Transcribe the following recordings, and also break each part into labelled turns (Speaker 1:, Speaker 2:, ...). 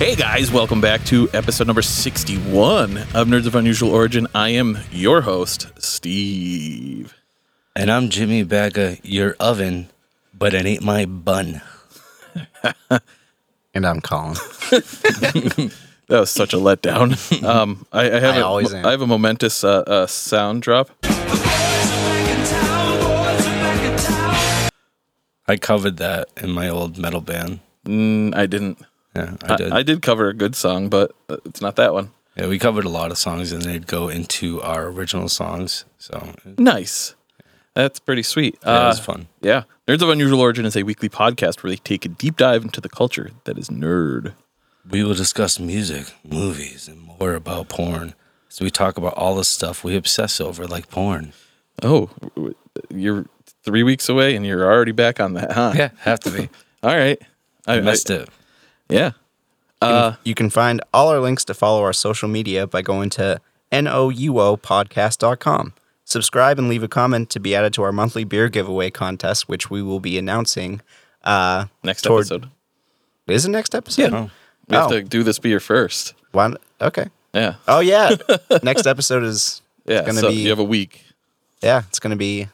Speaker 1: Hey guys, welcome back to episode number 61 of Nerds of Unusual Origin. I am your host, Steve.
Speaker 2: And I'm Jimmy Baga, your oven, but it ain't my bun.
Speaker 3: And I'm Colin.
Speaker 1: That was such a letdown. Um, I, I have
Speaker 3: I
Speaker 1: a-
Speaker 3: always am.
Speaker 1: I have a momentous uh, uh, sound drop.
Speaker 2: I covered that in my old metal band.
Speaker 1: Mm, I didn't.
Speaker 2: Yeah, I
Speaker 1: I
Speaker 2: did.
Speaker 1: did. I did cover a good song, but uh, it's not that one.
Speaker 2: yeah, we covered a lot of songs, and they'd go into our original songs. So yeah,
Speaker 1: Nice. That's pretty sweet.
Speaker 2: it
Speaker 1: Uh,
Speaker 2: was fun.
Speaker 1: yeah. Nerds of Unusual Origin is a weekly podcast where they take a deep dive into the culture that is nerd.
Speaker 2: We will discuss music, movies, and more about porn. So we talk about all the stuff we obsess over, like porn.
Speaker 1: Oh, w- you're three weeks away and you're already back on that, huh?
Speaker 2: have to be.
Speaker 1: All right. I,
Speaker 2: I missed it.
Speaker 1: Yeah.
Speaker 3: Uh, you can find all our links to follow our social media by going to nouopodcast.com. Subscribe and leave a comment to be added to our monthly beer giveaway contest, which we will be announcing. Uh,
Speaker 1: Next
Speaker 3: toward-
Speaker 1: episode.
Speaker 3: Is it next episode?
Speaker 2: Oh.
Speaker 1: We have
Speaker 3: Oh.
Speaker 1: to do this beer first.
Speaker 3: Why, okay.
Speaker 1: Yeah.
Speaker 3: Oh, yeah. next episode is
Speaker 1: Yeah.
Speaker 3: it's gonna
Speaker 1: so
Speaker 3: be,
Speaker 1: you have a week.
Speaker 3: yeah, it's going to be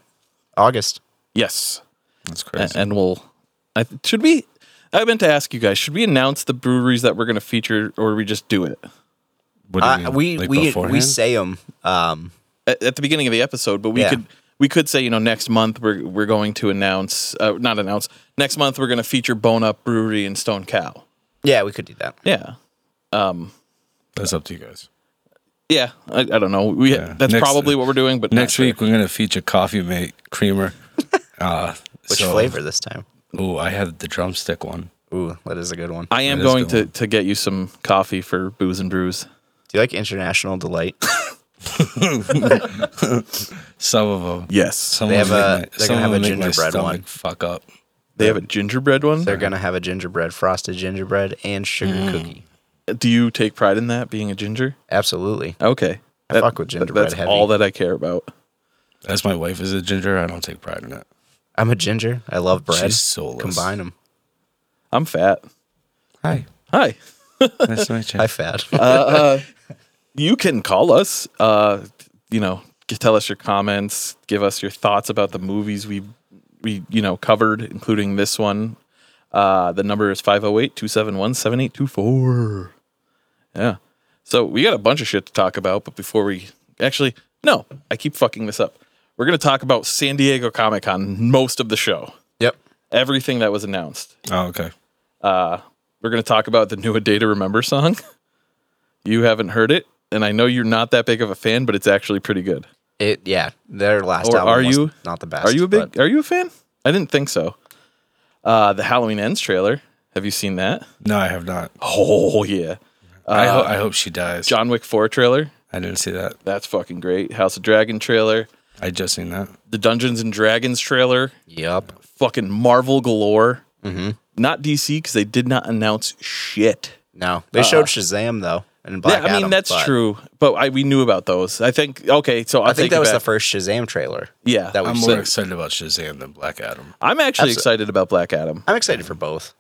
Speaker 3: August.
Speaker 1: Yes.
Speaker 2: That's
Speaker 1: A-
Speaker 2: crazy.
Speaker 1: And we'll. I, th- should we? I meant to ask you guys. Should we announce the breweries that we're going to feature, or we just do it
Speaker 2: What do you
Speaker 3: Uh,
Speaker 2: mean,
Speaker 3: we
Speaker 2: like
Speaker 3: we, we
Speaker 2: beforehand?
Speaker 3: say them. Um,
Speaker 1: at, at the beginning of the episode? But we
Speaker 3: Yeah.
Speaker 1: could we could say you know next month we're we're going to announce uh, not announce next month we're going to feature Bone Up Brewery and Stone Cow.
Speaker 3: yeah, we could do that.
Speaker 1: Yeah.
Speaker 2: that's up to you guys.
Speaker 1: Yeah. I, I don't know. We that's
Speaker 2: Next-
Speaker 1: probably what we're doing. But not
Speaker 2: Next
Speaker 1: sure.
Speaker 2: week we're gonna feature Coffee Mate Creamer. Uh,
Speaker 3: Which
Speaker 2: so-
Speaker 3: flavor this time?
Speaker 2: Ooh, I had the drumstick one.
Speaker 3: Ooh, that is a good one.
Speaker 1: I am
Speaker 2: That is a
Speaker 1: going
Speaker 2: good
Speaker 1: to to get you some coffee for booze and brews.
Speaker 3: Do you like international delight?
Speaker 2: Some of them.
Speaker 1: Yes.
Speaker 2: Some
Speaker 3: They
Speaker 2: of
Speaker 3: have
Speaker 2: them
Speaker 3: a-
Speaker 2: make my- some of
Speaker 3: they're gonna have a
Speaker 2: them make my
Speaker 3: gingerbread one.
Speaker 2: stomach Fuck up.
Speaker 1: They have a gingerbread one.
Speaker 3: They're gonna have a gingerbread, frosted gingerbread, and sugar
Speaker 1: Mm.
Speaker 3: cookie.
Speaker 1: Do you take pride in that being a ginger?
Speaker 3: Absolutely.
Speaker 1: Okay.
Speaker 3: I fuck with gingerbread
Speaker 1: That's
Speaker 3: heavy.
Speaker 1: all that I care about.
Speaker 2: As my wife is a ginger, I don't take pride in it.
Speaker 3: I'm a ginger. I love bread.
Speaker 2: She's soulless.
Speaker 3: Combine them.
Speaker 1: I'm fat.
Speaker 2: Hi,
Speaker 1: Hi.
Speaker 2: nice to meet you.
Speaker 3: High fat.
Speaker 1: Uh, You can call us. Uh, you know, g- tell us your comments. Give us your thoughts about the movies we we you know covered, including this one. Uh, the number is 508-271-7824. Yeah. So we got a bunch of shit to talk about, but before we actually no, I keep fucking this up. We're gonna talk about San Diego Comic Con most of the show.
Speaker 3: yep.
Speaker 1: Everything that was announced.
Speaker 2: Oh, okay.
Speaker 1: We're going to talk about the new A Day to Remember song. You haven't heard it, and I know you're not that big of a fan, but it's actually pretty good.
Speaker 3: It. Yeah. Their last
Speaker 1: Or
Speaker 3: album.
Speaker 1: are
Speaker 3: was
Speaker 1: you?
Speaker 3: not the best?
Speaker 1: Are you a big?
Speaker 3: but
Speaker 1: Are you a fan? I didn't think so. Uh, the Halloween Ends trailer. Have you seen that?
Speaker 2: No, I have not.
Speaker 1: Oh yeah.
Speaker 2: I, ho- I hope she dies.
Speaker 1: John Wick Four trailer.
Speaker 2: I didn't see that.
Speaker 1: That's fucking great. House of Dragon trailer.
Speaker 2: I just seen that.
Speaker 1: The Dungeons and Dragons trailer.
Speaker 3: Yup.
Speaker 1: Fucking Marvel galore. Not DC because they did not announce shit.
Speaker 3: No. They showed Shazam though, and Black
Speaker 1: Uh-huh. yeah, I mean
Speaker 3: Adam,
Speaker 1: that's
Speaker 3: but
Speaker 1: true, but I, we knew about those. I think okay, so I'll
Speaker 3: I think
Speaker 1: take it
Speaker 3: that was
Speaker 1: back.
Speaker 3: the first Shazam trailer.
Speaker 1: Yeah,
Speaker 3: That
Speaker 2: I'm
Speaker 3: we've
Speaker 2: more
Speaker 3: seen.
Speaker 2: excited about Shazam than Black Adam
Speaker 1: I'm actually
Speaker 3: Absol-
Speaker 1: excited about Black Adam.
Speaker 3: I'm excited for both.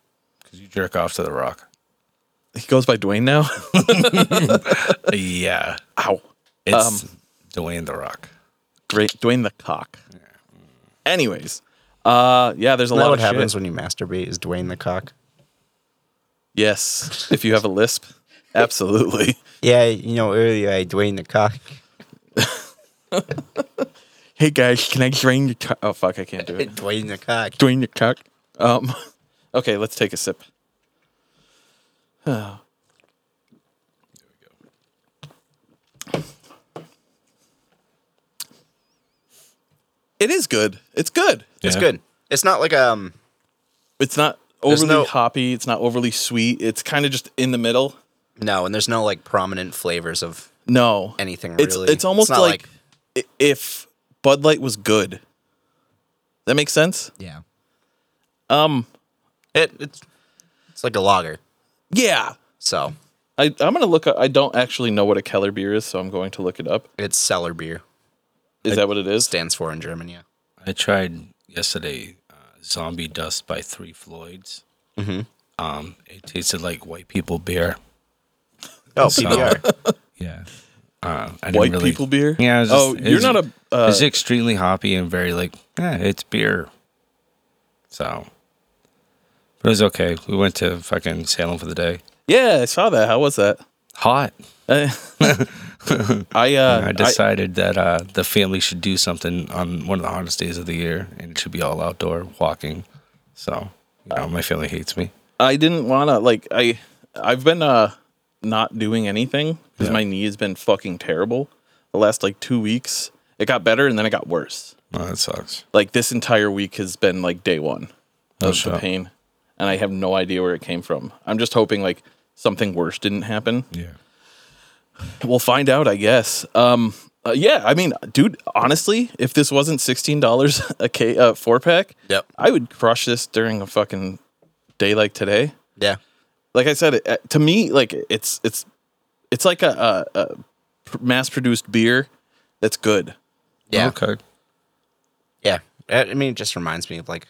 Speaker 2: because you jerk off to The Rock.
Speaker 1: He goes by Dwayne now.
Speaker 2: yeah,
Speaker 1: Ow,
Speaker 2: it's Dwayne The Rock.
Speaker 1: Dwayne, Dwayne the cock. Anyways, uh, yeah, there's a
Speaker 3: Isn't that
Speaker 1: lot
Speaker 3: what
Speaker 1: of
Speaker 3: happens
Speaker 1: shit.
Speaker 3: when you masturbate? Is Dwayne the cock?
Speaker 1: Yes, if you have a lisp, absolutely.
Speaker 3: Yeah. You know earlier I Dwayne the cock.
Speaker 1: hey guys, can I drain your cock? Oh fuck, I can't do it.
Speaker 3: Dwayne the cock.
Speaker 1: Dwayne your cock. Um, okay, let's take a sip. It is good. It's good.
Speaker 3: It's
Speaker 2: Yeah.
Speaker 3: good. It's not like um.
Speaker 1: It's not
Speaker 3: There's
Speaker 1: overly
Speaker 3: no-
Speaker 1: hoppy. It's not overly sweet. It's kind of just in the middle.
Speaker 3: No, and there's no like prominent flavors of
Speaker 1: No,
Speaker 3: Anything
Speaker 1: It's
Speaker 3: really.
Speaker 1: it's almost
Speaker 3: It's not
Speaker 1: like, i- if Bud Light was good. That makes sense.
Speaker 3: yeah.
Speaker 1: Um,
Speaker 3: It it's it's like a lager.
Speaker 1: yeah.
Speaker 3: So
Speaker 1: I I'm gonna look. Up, I don't actually know what a Keller beer is, so I'm going to look it up.
Speaker 3: it's cellar beer.
Speaker 1: Is that what it is?
Speaker 3: Stands for in German, yeah.
Speaker 2: I tried yesterday uh, Zombie Dust by Three Floyds. Um, it tasted like white people beer.
Speaker 3: Oh, PBR.
Speaker 2: Yeah. Uh, I didn't
Speaker 1: White
Speaker 2: really,
Speaker 1: people beer.
Speaker 2: Yeah. it was just-
Speaker 1: oh, you're
Speaker 2: it's-
Speaker 1: not a. Uh,
Speaker 2: it's extremely hoppy and very like, eh, it's beer. So, but it was okay. We went to fucking Salem for the day.
Speaker 1: yeah, I saw that. How was that?
Speaker 2: Hot.
Speaker 1: Uh, I uh,
Speaker 2: I
Speaker 1: I
Speaker 2: decided that uh, the family should do something on one of the hottest days of the year, and it should be all outdoor walking. So, you know, my family hates me.
Speaker 1: I didn't want to like I I've been uh not doing anything because my knee has been fucking terrible the last like two weeks. It got better and then it got worse.
Speaker 2: Oh, that sucks.
Speaker 1: Like this entire week has been like day one
Speaker 2: Oh,
Speaker 1: of the
Speaker 2: shit.
Speaker 1: pain, and I have no idea where it came from. I'm just hoping like something worse didn't happen.
Speaker 2: Yeah.
Speaker 1: We'll find out, I guess. Um, uh, yeah, I mean, dude, honestly, if this wasn't sixteen dollars a k uh, four pack,
Speaker 3: Yep.
Speaker 1: I would crush this during a fucking day like today
Speaker 3: Yeah.
Speaker 1: like I said, it, uh, to me, like it's it's it's like a, a, a mass produced beer that's good.
Speaker 3: Yeah.
Speaker 2: Okay.
Speaker 3: Yeah. I I mean, it just reminds me of like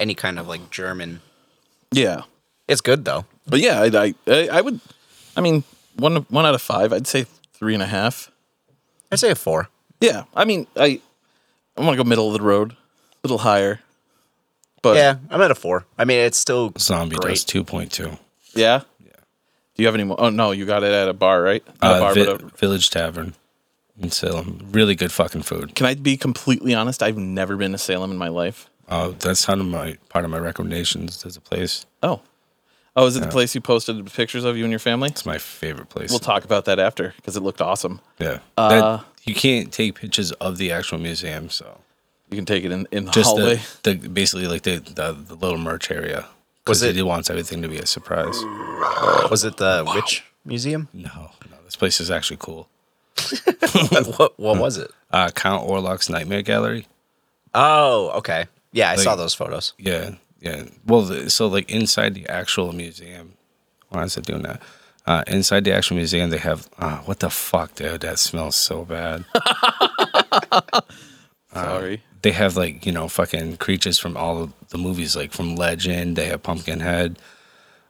Speaker 3: any kind of like German.
Speaker 1: Yeah,
Speaker 3: It's good though.
Speaker 1: but yeah, I I- I, I would, I mean one one out of five, I'd say three and a half.
Speaker 3: I'd say a four.
Speaker 1: Yeah, I mean I I want to go middle of the road, a little higher, but yeah,
Speaker 3: yeah, I'm at a four. I mean, it's still
Speaker 2: Zombie
Speaker 3: Great.
Speaker 2: Dust 2.2.
Speaker 1: yeah. Do you have any more? Oh no, you got it at a bar, right? Not a
Speaker 2: Uh,
Speaker 1: bar,
Speaker 2: Vi-
Speaker 1: but a,
Speaker 2: Village Tavern in Salem. Really good fucking food.
Speaker 1: can I be completely honest? I've never been to Salem in my life.
Speaker 2: Uh, that's kind of my part of my recommendations. There's a place.
Speaker 1: Oh, oh, is it the place you posted pictures of you and your family?
Speaker 2: It's my favorite place.
Speaker 1: We'll talk about that after because it looked awesome.
Speaker 2: yeah.
Speaker 1: Uh,
Speaker 2: that, you can't take pictures of the actual museum, so
Speaker 1: You can take it in, in the
Speaker 2: just
Speaker 1: hallway.
Speaker 2: the, the basically like the, the the little merch area.
Speaker 3: Was
Speaker 2: Because
Speaker 3: it-
Speaker 2: he wants everything to be a surprise.
Speaker 3: was it the witch museum?
Speaker 2: No, no, this place is actually cool.
Speaker 3: what what was it?
Speaker 2: Uh, Count Orlok's Nightmare Gallery.
Speaker 3: Oh, okay. Yeah, I saw
Speaker 2: Like-
Speaker 3: those photos.
Speaker 2: Yeah, yeah. Well, the, so like inside the actual museum, why is it doing that? Uh, inside the actual museum, they have uh, what the fuck, dude? That smells so bad. uh,
Speaker 1: Sorry.
Speaker 2: they have like you know fucking creatures from all of the movies, like from Legend. They have Pumpkinhead,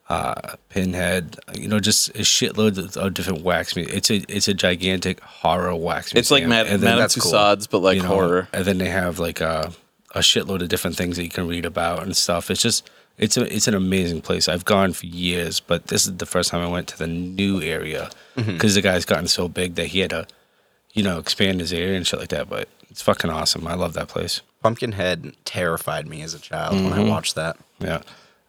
Speaker 2: uh, Pinhead. You know, just a shitload of, of different wax. mu- It's a it's a gigantic horror wax.
Speaker 1: It's like
Speaker 2: museum.
Speaker 1: Mad-
Speaker 2: And then-
Speaker 1: Madame
Speaker 3: that's cool.
Speaker 1: Tussauds, but like
Speaker 2: you know,
Speaker 1: horror.
Speaker 2: And then they have like a, a shitload of different things that you can read about and stuff. It's just it's a it's an amazing place. I've gone for years, but this is the first time I went to the new area because the guy's gotten so big that he had to, you know, expand his area and shit like that. But it's fucking awesome. I love that place.
Speaker 3: Pumpkinhead terrified me as a child when Mm-hmm. I watched that.
Speaker 2: Yeah. I
Speaker 3: It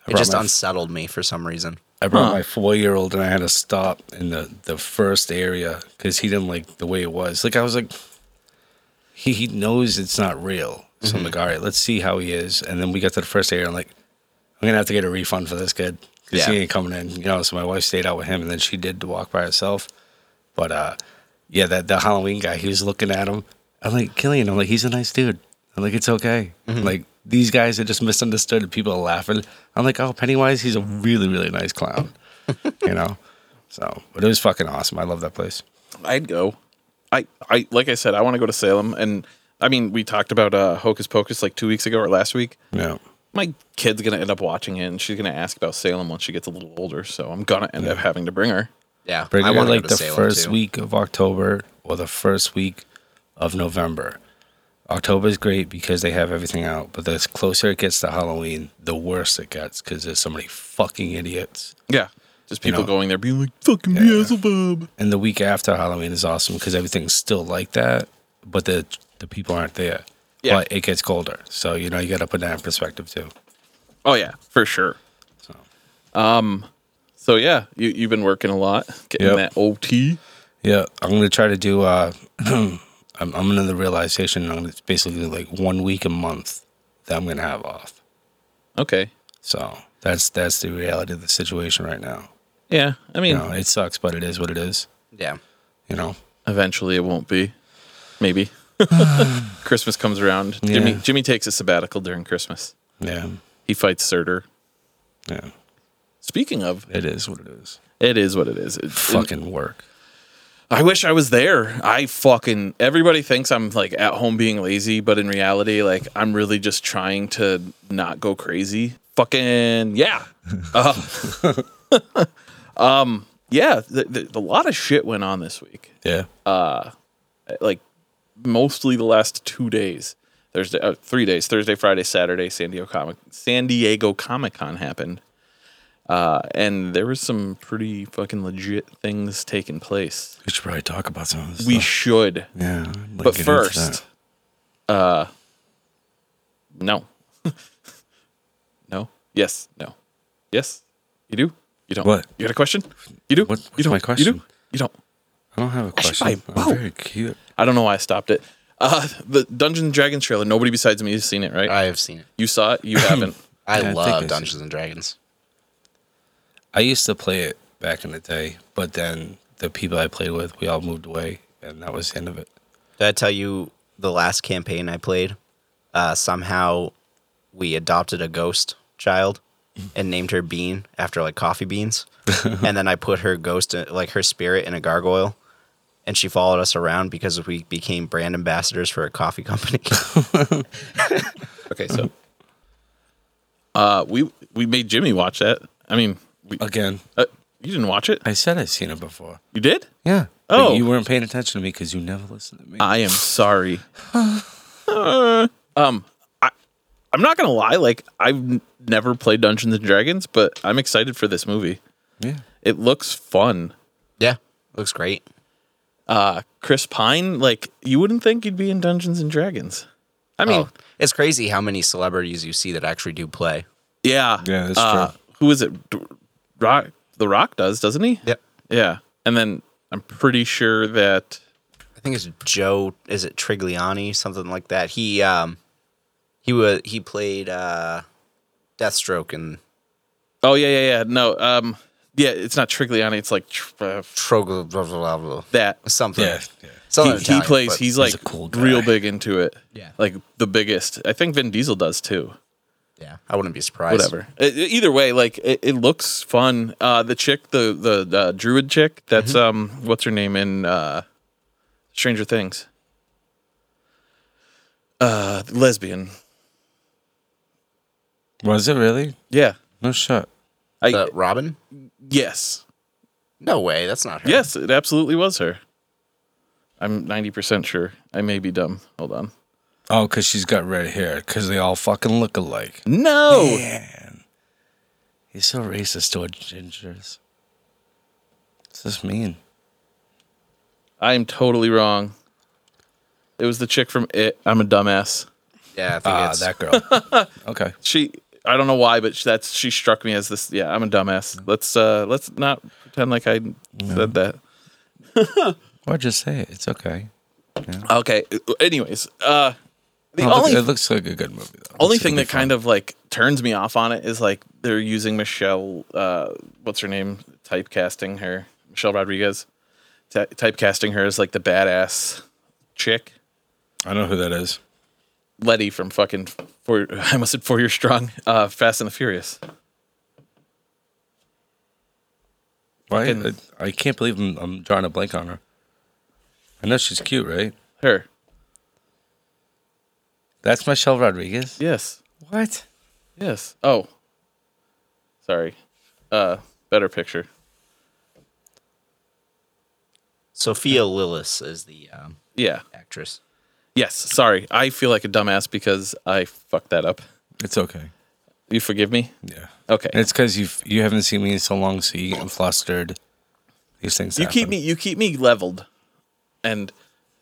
Speaker 2: brought
Speaker 3: just
Speaker 2: my,
Speaker 3: unsettled me for some reason.
Speaker 2: I brought my four year old and I had to stop in the, the first area because he didn't like the way it was. Like I was like, he, he knows it's not real. So I'm like, all right, let's see how he is. And then we got to the first area. I'm like, I'm gonna have to get a refund for this kid because he
Speaker 3: Yeah.
Speaker 2: ain't coming in. You know, so my wife stayed out with him, and then she did walk by herself. But uh, yeah, that the Halloween guy, he was looking at him. I'm like, Killian, I'm like, he's a nice dude. I'm like, it's okay. Like these guys are just misunderstood, and people are laughing. I'm like, oh, Pennywise, he's a really, really nice clown. you know, so but it was fucking awesome. I love that place.
Speaker 1: I'd go. I, I like I said, I want to go to Salem, and I mean, we talked about uh, Hocus Pocus like two weeks ago or last week.
Speaker 2: Yeah,
Speaker 1: My kid's gonna end up watching it, and she's gonna ask about Salem once she gets a little older. So I'm gonna end up having to bring her.
Speaker 3: Yeah,
Speaker 2: bring
Speaker 3: I
Speaker 2: her
Speaker 3: want to
Speaker 2: like
Speaker 3: go
Speaker 2: the
Speaker 3: to Salem
Speaker 2: first
Speaker 3: too.
Speaker 2: week of October or the first week of November. October is great because they have everything out, but the closer it gets to Halloween, the worse it gets because there's so many fucking idiots.
Speaker 1: Yeah, just people
Speaker 2: know.
Speaker 1: going there being like fucking Beelzebub.
Speaker 2: And the week after Halloween is awesome because everything's still like that, but the the people aren't there.
Speaker 1: Yeah.
Speaker 2: But it gets colder, so you know you got to put that in perspective too.
Speaker 1: Oh yeah, for sure.
Speaker 2: So
Speaker 1: um, So yeah, you you've been working a lot, getting
Speaker 2: Yep.
Speaker 1: that OT.
Speaker 2: yeah, I'm gonna try to do. uh I'm, I'm in the realization. I'm gonna basically do like one week a month that I'm gonna have off.
Speaker 1: Okay.
Speaker 2: So that's that's the reality of the situation right now.
Speaker 1: Yeah, I mean,
Speaker 2: You know, it sucks, but it is what it is.
Speaker 3: Yeah,
Speaker 2: You know,
Speaker 1: Eventually, it won't be. Maybe Christmas comes around. Jimmy
Speaker 2: Yeah.
Speaker 1: Jimmy takes a sabbatical during Christmas.
Speaker 2: yeah,
Speaker 1: He fights Surtur.
Speaker 2: yeah,
Speaker 1: Speaking of,
Speaker 2: it is what it is.
Speaker 1: it is what it is. It-
Speaker 2: Fucking work.
Speaker 1: I wish I was there. I fucking everybody thinks I'm like at home being lazy, but in reality, like I'm really just trying to not go crazy. fucking yeah. Uh, um, yeah, th- th- a lot of shit went on this week.
Speaker 2: Yeah.
Speaker 1: Uh, Like mostly the last two days. Thursday, uh, three days. Thursday, Friday, Saturday. San Diego Comic San Diego Comic Con happened, uh, and there was some pretty fucking legit things taking place.
Speaker 2: we should probably talk about some of this.
Speaker 1: We
Speaker 2: stuff.
Speaker 1: should,
Speaker 2: yeah. I'd like
Speaker 1: but
Speaker 2: to get into that.
Speaker 1: first, uh, no, no, yes, no, yes. You do? You don't?
Speaker 2: What?
Speaker 1: You got a question? You do?
Speaker 2: What- what's
Speaker 1: you don't?
Speaker 2: my
Speaker 1: You
Speaker 2: question?
Speaker 1: do? You don't?
Speaker 2: I don't have a
Speaker 1: should
Speaker 2: question.
Speaker 1: buy a
Speaker 2: I'm
Speaker 1: boat.
Speaker 2: very cute.
Speaker 1: I don't know why I stopped it. Uh, the Dungeons and Dragons trailer. Nobody besides me has seen it, right?
Speaker 4: I have seen it.
Speaker 1: you saw it. You haven't.
Speaker 2: Yeah, I
Speaker 4: I
Speaker 2: think I see
Speaker 4: love
Speaker 2: it.
Speaker 4: Dungeons and Dragons.
Speaker 2: I used to play it back in the day, but then the people I played with, we all moved away, and that was the end of it.
Speaker 3: Did I tell you the last campaign I played? Uh, somehow we adopted a ghost child and named her Bean after like coffee beans. and then I put her ghost, uh, like her spirit, in a gargoyle. And she followed us around because we became brand ambassadors for a coffee company.
Speaker 1: Okay, so uh, we we made Jimmy watch that. I mean, we,
Speaker 2: Again,
Speaker 1: uh, you didn't watch it.
Speaker 2: I said I've seen it before.
Speaker 1: You did?
Speaker 2: Yeah.
Speaker 1: Oh.
Speaker 2: But you weren't paying attention to me because you never listened to me.
Speaker 1: I am sorry. Uh, um, I I'm not gonna lie. Like I've n- never played Dungeons and Dragons, but I'm excited for this movie.
Speaker 2: yeah.
Speaker 1: It looks fun.
Speaker 4: Yeah.
Speaker 3: Looks great.
Speaker 1: Uh, Chris Pine, like you wouldn't think he'd be in Dungeons and Dragons. I mean,
Speaker 3: Oh, it's crazy how many celebrities you see that actually do play.
Speaker 1: yeah, uh,
Speaker 2: Yeah, that's true.
Speaker 1: Who is it? D- Rock, The Rock does, doesn't he?
Speaker 3: Yep.
Speaker 1: Yeah, and then I'm pretty sure that
Speaker 3: I think it's Joe. Is it Trigliani? Something like that. He um, he was he played uh, Deathstroke and
Speaker 1: Oh yeah, yeah, yeah. No, um, yeah, it's not Trigliani. It's like tr- uh,
Speaker 3: Trogl blah, blah, blah, blah,
Speaker 1: that.
Speaker 3: something.
Speaker 2: Yeah. yeah.
Speaker 1: He,
Speaker 3: Something
Speaker 1: he
Speaker 3: Italian,
Speaker 1: plays.
Speaker 3: but-
Speaker 1: He's like
Speaker 2: a cool guy.
Speaker 1: real big into it.
Speaker 4: Yeah.
Speaker 1: like the biggest. I think Vin Diesel does too.
Speaker 4: Yeah.
Speaker 3: I wouldn't be surprised.
Speaker 1: Whatever. E- e- either way, like it, it looks fun. Uh, the chick, the the, the druid chick. That's
Speaker 2: Mm-hmm.
Speaker 1: um, what's her name in uh, Stranger Things? Uh, lesbian.
Speaker 2: Was it really?
Speaker 1: Yeah.
Speaker 2: No shit.
Speaker 1: I
Speaker 3: Uh, Robin?
Speaker 1: yes.
Speaker 3: No way. That's not her.
Speaker 1: Yes, it absolutely was her. I'm 90% sure. I may be dumb. Hold on.
Speaker 2: Oh, because she's got red hair. Because they all fucking look alike.
Speaker 1: No.
Speaker 2: Man, he's so racist toward gingers. What's this mean?
Speaker 1: I am totally wrong. It was the chick from It. I'm a dumbass.
Speaker 3: Yeah, I think
Speaker 2: Ah,
Speaker 3: it's
Speaker 2: that girl. okay.
Speaker 1: She I don't know why, but that's she struck me as this yeah, I'm a dumbass. Let's uh let's not pretend like I said that.
Speaker 2: Or just say it. It's okay.
Speaker 1: Okay. Anyways, uh the
Speaker 2: No, it look-
Speaker 1: only
Speaker 2: it looks like a good movie though.
Speaker 1: only thing that kind of like turns me off on it is like they're using Michelle, uh, what's her name, typecasting her, Michelle Rodriguez, ty- typecasting her as like the badass chick,
Speaker 2: I know who that is.
Speaker 1: Letty from fucking four. I almost said four year strong, uh, Fast and the Furious.
Speaker 2: Why? I,
Speaker 1: Fucking-
Speaker 2: I can't believe I'm, I'm drawing a blank on her. I know she's cute, right?
Speaker 1: Her,
Speaker 2: That's Michelle Rodriguez.
Speaker 1: yes,
Speaker 2: What?
Speaker 1: yes. Oh, sorry. Uh, better picture.
Speaker 3: Sophia Lillis is the um,
Speaker 1: Yeah.
Speaker 3: actress.
Speaker 1: Yes. Sorry. I feel like a dumbass because I fucked that up.
Speaker 2: It's okay.
Speaker 1: You forgive me?
Speaker 2: Yeah.
Speaker 1: Okay.
Speaker 2: It's because you you haven't seen me in so long, so you get flustered. These things.
Speaker 1: you keep
Speaker 2: happen.
Speaker 1: me. You keep me leveled, and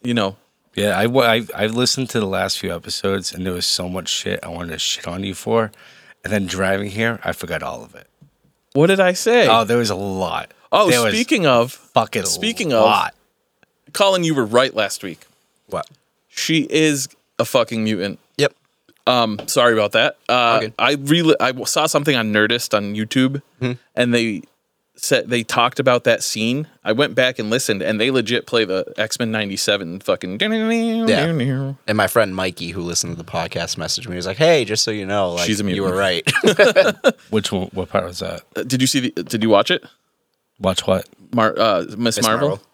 Speaker 1: you know
Speaker 2: Yeah, I, wa- I I listened to the last few episodes, and there was so much shit I wanted to shit on you for, and then driving here, I forgot all of it.
Speaker 1: What did I say?
Speaker 2: Oh, there was a lot.
Speaker 1: oh,
Speaker 2: there was
Speaker 1: speaking of,
Speaker 2: fucking
Speaker 1: speaking of-
Speaker 2: lot.
Speaker 1: Colin, you were right last week.
Speaker 3: What?
Speaker 1: She is a fucking mutant.
Speaker 3: Yep.
Speaker 1: Um, sorry about that. Uh,
Speaker 3: good. Mm-hmm.
Speaker 1: I really I saw something on Nerdist on YouTube, and they said they talked about that scene. I went back and listened, and they legit play the X Men '97 fucking.
Speaker 3: Yeah. And my friend Mikey, who listened to the podcast, messaged me. He was like, hey, just so you know, like,
Speaker 1: She's a
Speaker 3: you
Speaker 1: mutant.
Speaker 3: were right.
Speaker 2: Which one? What part was that?
Speaker 1: Uh, Did you see? The, did you watch it,
Speaker 2: Watch what?
Speaker 1: Mar- uh, Miss Marvel?
Speaker 3: Marvel.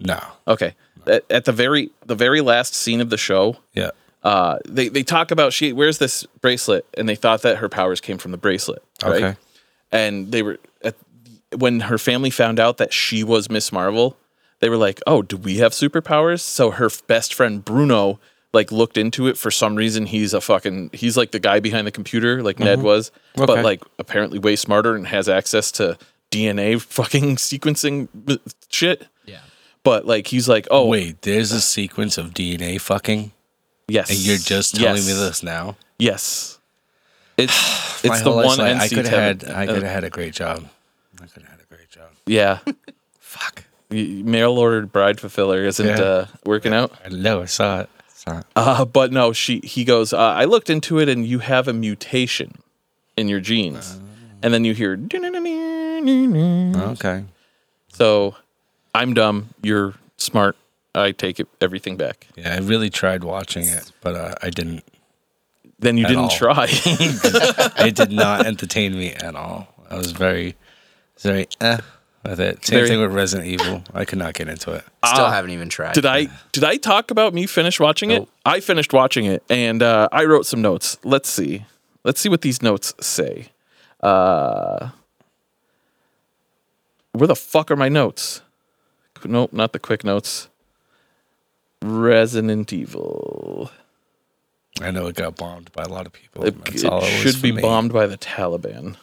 Speaker 2: No.
Speaker 1: Okay. At, at the very the very last scene of the show,
Speaker 2: Yeah.
Speaker 1: Uh, they they talk about she wears this bracelet, and they thought that her powers came from the bracelet, right?
Speaker 2: Okay.
Speaker 1: And they were at, when her family found out that she was Miss Marvel, they were like, "Oh, do we have superpowers?" So her f- best friend Bruno like looked into it for some reason. He's a fucking he's like the guy behind the computer, like Ned was, but
Speaker 2: Mm-hmm. Okay.
Speaker 1: like apparently way smarter and has access to DNA fucking sequencing b- shit.
Speaker 4: Yeah.
Speaker 1: But like he's like, "Oh,
Speaker 2: Wait, there's a sequence of DNA fucking,
Speaker 1: yes."
Speaker 2: and you're just telling me
Speaker 1: Yes.
Speaker 2: this now.
Speaker 1: Yes. It's
Speaker 2: My
Speaker 1: it's the
Speaker 2: whole life's
Speaker 1: one
Speaker 2: like,
Speaker 1: NC
Speaker 2: I could have had.
Speaker 1: tab-
Speaker 2: I
Speaker 1: uh,
Speaker 2: could have had a great job. I could have had a great job.
Speaker 1: yeah.
Speaker 2: Fuck.
Speaker 1: Y- Mail order bride fulfiller isn't
Speaker 2: Yeah.
Speaker 1: uh, working out.
Speaker 2: I know. I saw it. Saw it.
Speaker 1: Uh, but no, she he goes. Uh, I looked into it, and you have a mutation in your genes, and then you hear. "Dun-dun-dun-dun-dun-dun."
Speaker 2: Okay.
Speaker 1: So, I'm dumb. You're smart. I take it, everything back.
Speaker 2: Yeah, I really tried watching it, but uh, I didn't.
Speaker 1: Then you
Speaker 2: At
Speaker 1: didn't
Speaker 2: all.
Speaker 1: try.
Speaker 2: It did not entertain me at all. I was very, very eh with it. Same
Speaker 1: Very-
Speaker 2: thing with Resident Evil. I could not get into it.
Speaker 3: Still
Speaker 1: Ah.
Speaker 3: haven't even tried.
Speaker 1: did I did I talk about me finish watching it?
Speaker 2: Nope.
Speaker 1: I finished watching it, and uh, I wrote some notes. Let's see. Let's see what these notes say. Uh, where the fuck are my notes? Qu- Nope, not the quick notes. Resident Evil.
Speaker 2: I know it got bombed by a lot of people.
Speaker 1: It,
Speaker 2: and That's all
Speaker 1: it
Speaker 2: it was
Speaker 1: should
Speaker 2: for
Speaker 1: be
Speaker 2: me.
Speaker 1: bombed by the Taliban.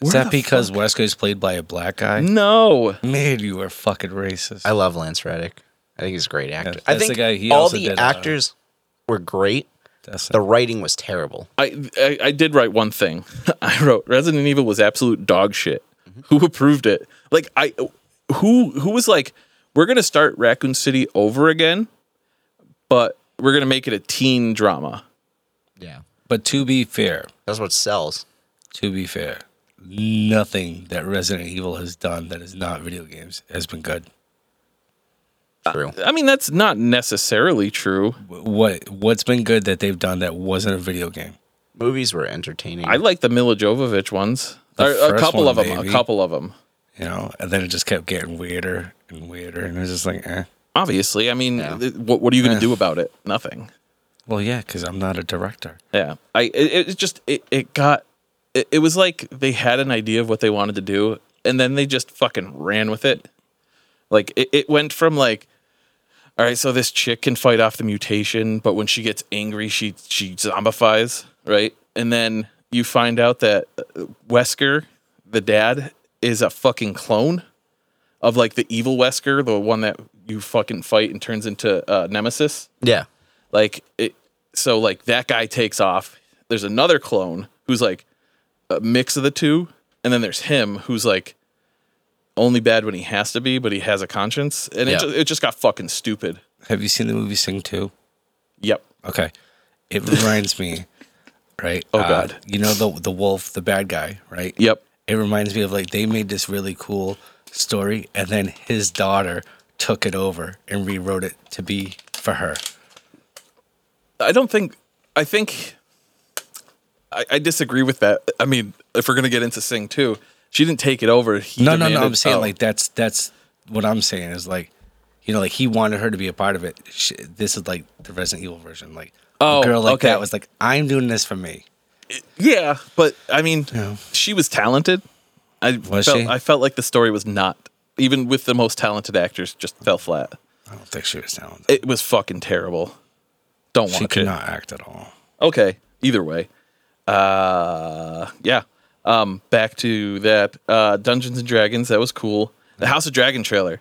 Speaker 2: Is that because Wesco's played by a black
Speaker 1: Mm.
Speaker 2: guy?
Speaker 1: No.
Speaker 2: Man, you are fucking racist.
Speaker 3: I love Lance Reddick. I think he's a great actor.
Speaker 2: Yeah,
Speaker 3: I
Speaker 2: that's
Speaker 3: think
Speaker 2: the guy- he
Speaker 3: all
Speaker 2: also
Speaker 3: the
Speaker 2: did, uh,
Speaker 3: actors were great.
Speaker 2: That's
Speaker 3: The writing was terrible.
Speaker 1: I, I I did write one thing. I wrote Resident Evil was absolute dog shit.
Speaker 2: Mm-hmm.
Speaker 1: Who approved it? Like I who who was like we're going to start Raccoon City over again, but we're going to make it a teen drama.
Speaker 4: Yeah.
Speaker 2: but to be fair,
Speaker 3: That's what sells.
Speaker 2: to be fair, nothing that Resident Evil has done that is not video games has been good.
Speaker 3: True.
Speaker 1: I mean that's not necessarily true.
Speaker 2: Wh- What what's been good that they've done that wasn't a video game?
Speaker 3: Movies were entertaining.
Speaker 1: I like the Mila Jovovich ones.
Speaker 2: Mm-hmm. The
Speaker 1: Or, a
Speaker 2: first
Speaker 1: couple
Speaker 2: one,
Speaker 1: of them,
Speaker 2: baby.
Speaker 1: a couple of them.
Speaker 2: You know, and then it just kept getting weirder and weirder, and it was just like, eh.
Speaker 1: Obviously, I mean,
Speaker 3: Yeah.
Speaker 1: th- what, what are you going
Speaker 2: Eh.
Speaker 1: to do about it? Nothing.
Speaker 2: Well, yeah, because I'm not a director.
Speaker 1: Yeah, I it, it just it it got it, it was like they had an idea of what they wanted to do, and then they just fucking ran with it. Like it, it went from like, all right, so this chick can fight off the mutation, but when she gets angry, she she zombifies, right? And then you find out that uh, Wesker, the dad, is a fucking clone of like the evil Wesker, the one that you fucking fight and turns into uh, Nemesis
Speaker 3: yeah.
Speaker 1: like it so like that guy takes off there's another clone who's like a mix of the two and then there's him who's like only bad when he has to be but he has a conscience and
Speaker 3: Yeah.
Speaker 1: it, just, it just got fucking stupid
Speaker 2: Have you seen the movie Sing Two?
Speaker 1: yep
Speaker 2: Okay, it reminds me, right? uh,
Speaker 1: Oh, God.
Speaker 2: you know the the wolf, the bad guy, right?
Speaker 1: yep
Speaker 2: it reminds me of like they made this really cool story and then his daughter took it over and rewrote it to be for her
Speaker 1: i don't think i think i, I disagree with that i mean if we're gonna get into sing too she didn't take it over he
Speaker 2: no no no
Speaker 1: demanded-
Speaker 2: i'm saying
Speaker 1: oh,
Speaker 2: like that's that's what i'm saying is like you know like he wanted her to be a part of it Sh this is like the resident evil version like
Speaker 1: Oh,
Speaker 2: a girl like
Speaker 1: okay.
Speaker 2: that was like i'm doing this for me
Speaker 1: yeah but i mean she was talented i
Speaker 2: Was
Speaker 1: felt
Speaker 2: she?
Speaker 1: i felt like the story was not even with the most talented actors just fell flat
Speaker 2: i don't think she was talented
Speaker 1: It was fucking terrible. Don't
Speaker 2: she
Speaker 1: watch
Speaker 2: could
Speaker 1: it.
Speaker 2: not act at all
Speaker 1: Okay. Either way. Uh yeah. Um back to that uh Dungeons and Dragons, that was cool. The House of Dragon trailer.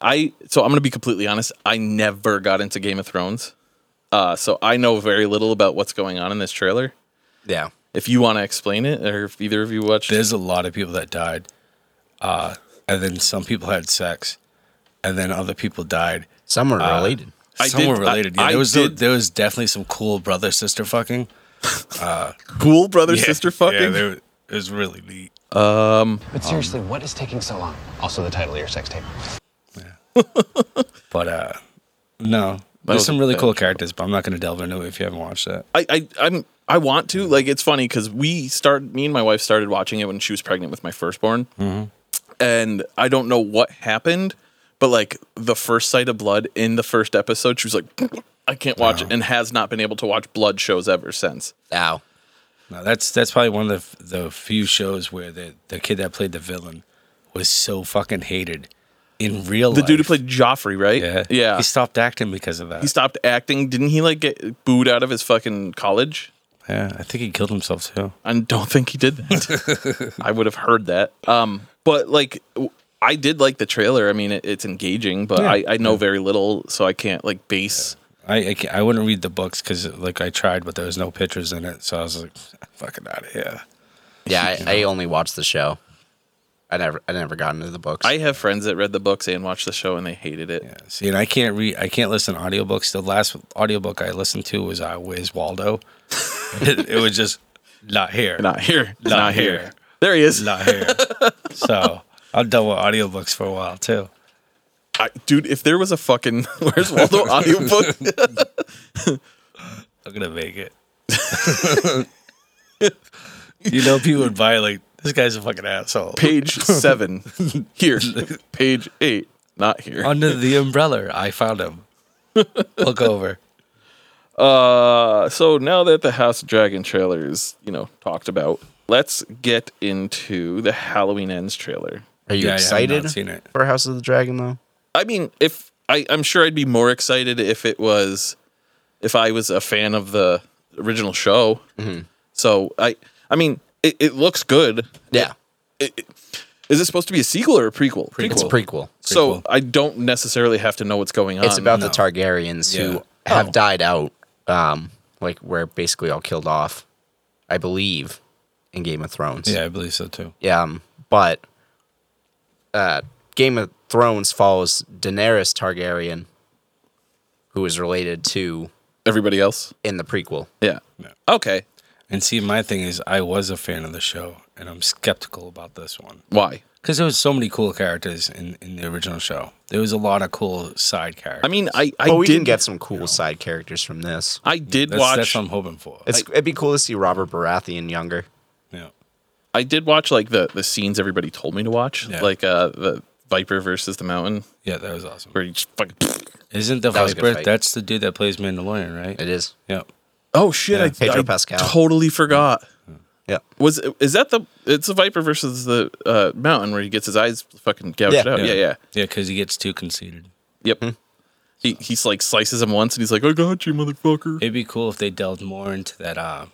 Speaker 1: I so I'm going to be completely honest, I never got into Game of Thrones. Uh so I know very little about what's going on in this trailer.
Speaker 3: Yeah.
Speaker 1: If you want to explain it or if either of you watched
Speaker 2: there's a lot of people that died uh and then some people had sex and then other people died
Speaker 3: Some were related.
Speaker 1: I
Speaker 2: Some were
Speaker 1: did- I-
Speaker 2: related. yeah,
Speaker 1: I
Speaker 2: there was
Speaker 1: did-
Speaker 2: there was definitely some cool brother sister fucking
Speaker 1: cool brother
Speaker 2: Yeah,
Speaker 1: sister fucking
Speaker 2: Yeah, there, it was really neat.
Speaker 5: But seriously, what is taking so long? Also, the title of your sex tape.
Speaker 2: But uh, no,
Speaker 1: was
Speaker 2: there's some
Speaker 1: a
Speaker 2: really
Speaker 1: bad
Speaker 2: cool characters. But I'm not going to delve into it if you haven't watched that.
Speaker 1: I, I I'm I want to like it's funny because we started me and my wife started watching it when she was pregnant with my firstborn,
Speaker 2: Mm-hmm.
Speaker 1: and I don't know what happened, but like the first sight of blood in the first episode, she was like, I can't watch
Speaker 2: Uh-huh.
Speaker 1: it and has not been able to watch blood shows ever since.
Speaker 3: Ow.
Speaker 2: No, that's that's probably one of the the few shows where the the kid that played the villain was so fucking hated in real
Speaker 1: The
Speaker 2: life.
Speaker 1: dude who played Joffrey, right?
Speaker 2: yeah
Speaker 1: Yeah.
Speaker 2: he stopped acting because of that.
Speaker 1: he stopped acting. Didn't he like get booed out of his fucking college?
Speaker 2: yeah, I think he killed himself too.
Speaker 1: I don't think he did that. I would have heard that. Um, but like, w- I did like the trailer. I mean, it, it's engaging, but
Speaker 2: Yeah.
Speaker 1: I, I know very little, so I can't like base.
Speaker 2: I I, ca- I wouldn't read the books because like I tried, but there was no pictures in it, so I was like, fucking out of here.
Speaker 3: Yeah, I, I only watched the show. I never I never got into the books.
Speaker 1: I have friends that read the books and watched the show, and they hated it.
Speaker 2: See, and I can't read. I can't listen to audiobooks. The last audiobook I listened to was uh, Where's Waldo. it, it was just not here,
Speaker 1: Not here. Not,
Speaker 2: Not
Speaker 1: here.
Speaker 2: here.
Speaker 1: There he is.
Speaker 2: not here. so I've done with audiobooks for a while too.
Speaker 1: I, dude, if there was a fucking Where's Waldo audiobook,
Speaker 2: I'm gonna make it. you know, people would buy like this guy's a fucking asshole.
Speaker 1: page seven, here, page eight, not here.
Speaker 2: Under the umbrella, I found him. Look over.
Speaker 1: Uh, so now that the House of Dragon trailer is, you know, talked about, let's get into the Halloween Ends trailer.
Speaker 3: Are you
Speaker 2: Yeah, yeah, I've
Speaker 3: excited
Speaker 2: not seen it.
Speaker 3: for House of the Dragon though?
Speaker 1: I mean, if I, I'm sure I'd be more excited if it was, if I was a fan of the original show.
Speaker 3: Mm-hmm.
Speaker 1: So I, I mean, it, it looks good.
Speaker 3: Yeah.
Speaker 1: It- it- Is this supposed to be a sequel or a prequel? Prequel.
Speaker 3: It's a prequel. Uh,
Speaker 1: So
Speaker 2: Prequel.
Speaker 1: I don't necessarily have to know what's going on.
Speaker 3: It's about the Targaryens
Speaker 2: Yeah.
Speaker 3: who
Speaker 1: Oh.
Speaker 3: have died out. Um, like we're basically all killed off, I believe, in Game of Thrones.
Speaker 2: Yeah, I believe so too.
Speaker 3: Yeah, um, but uh, Game of Thrones follows Daenerys Targaryen, who is related to
Speaker 1: everybody else.
Speaker 3: in the prequel.
Speaker 1: Yeah.
Speaker 2: Yeah.
Speaker 1: Okay.
Speaker 2: And see, my thing is, I was a fan of the show, and I'm skeptical about this one
Speaker 1: Why?
Speaker 2: because there was so many cool characters in, in the original show. There was a lot of cool side characters.
Speaker 1: I mean, I, I
Speaker 3: but we
Speaker 1: did
Speaker 3: can get some cool side characters from this.
Speaker 1: I did
Speaker 2: that's,
Speaker 1: watch.
Speaker 2: that's what I'm hoping for.
Speaker 3: It's, it'd be cool to see Robert Baratheon younger.
Speaker 2: Yeah.
Speaker 1: I did watch like the the scenes everybody told me to watch,
Speaker 2: Yeah.
Speaker 1: like uh the Viper versus the Mountain,
Speaker 2: yeah, that was awesome.
Speaker 1: where you just fucking.
Speaker 2: Isn't the
Speaker 3: That was a good
Speaker 2: Viper?
Speaker 3: fight.
Speaker 2: That's the dude that plays Mandalorian, right?
Speaker 3: It is.
Speaker 2: Yep.
Speaker 1: Oh shit! I,
Speaker 3: Pedro
Speaker 1: I
Speaker 3: Pascal.
Speaker 1: totally forgot.
Speaker 3: Yeah.
Speaker 1: Was is that the? It's the Viper versus the uh, Mountain where he gets his eyes fucking gouged
Speaker 3: Yeah. Mm-hmm.
Speaker 1: out. Yeah, yeah.
Speaker 2: Yeah, because he gets too conceited.
Speaker 1: Yep. He he's like slices him once and he's like, "I got you, motherfucker."
Speaker 2: It'd be cool if they delved more into that. Uh,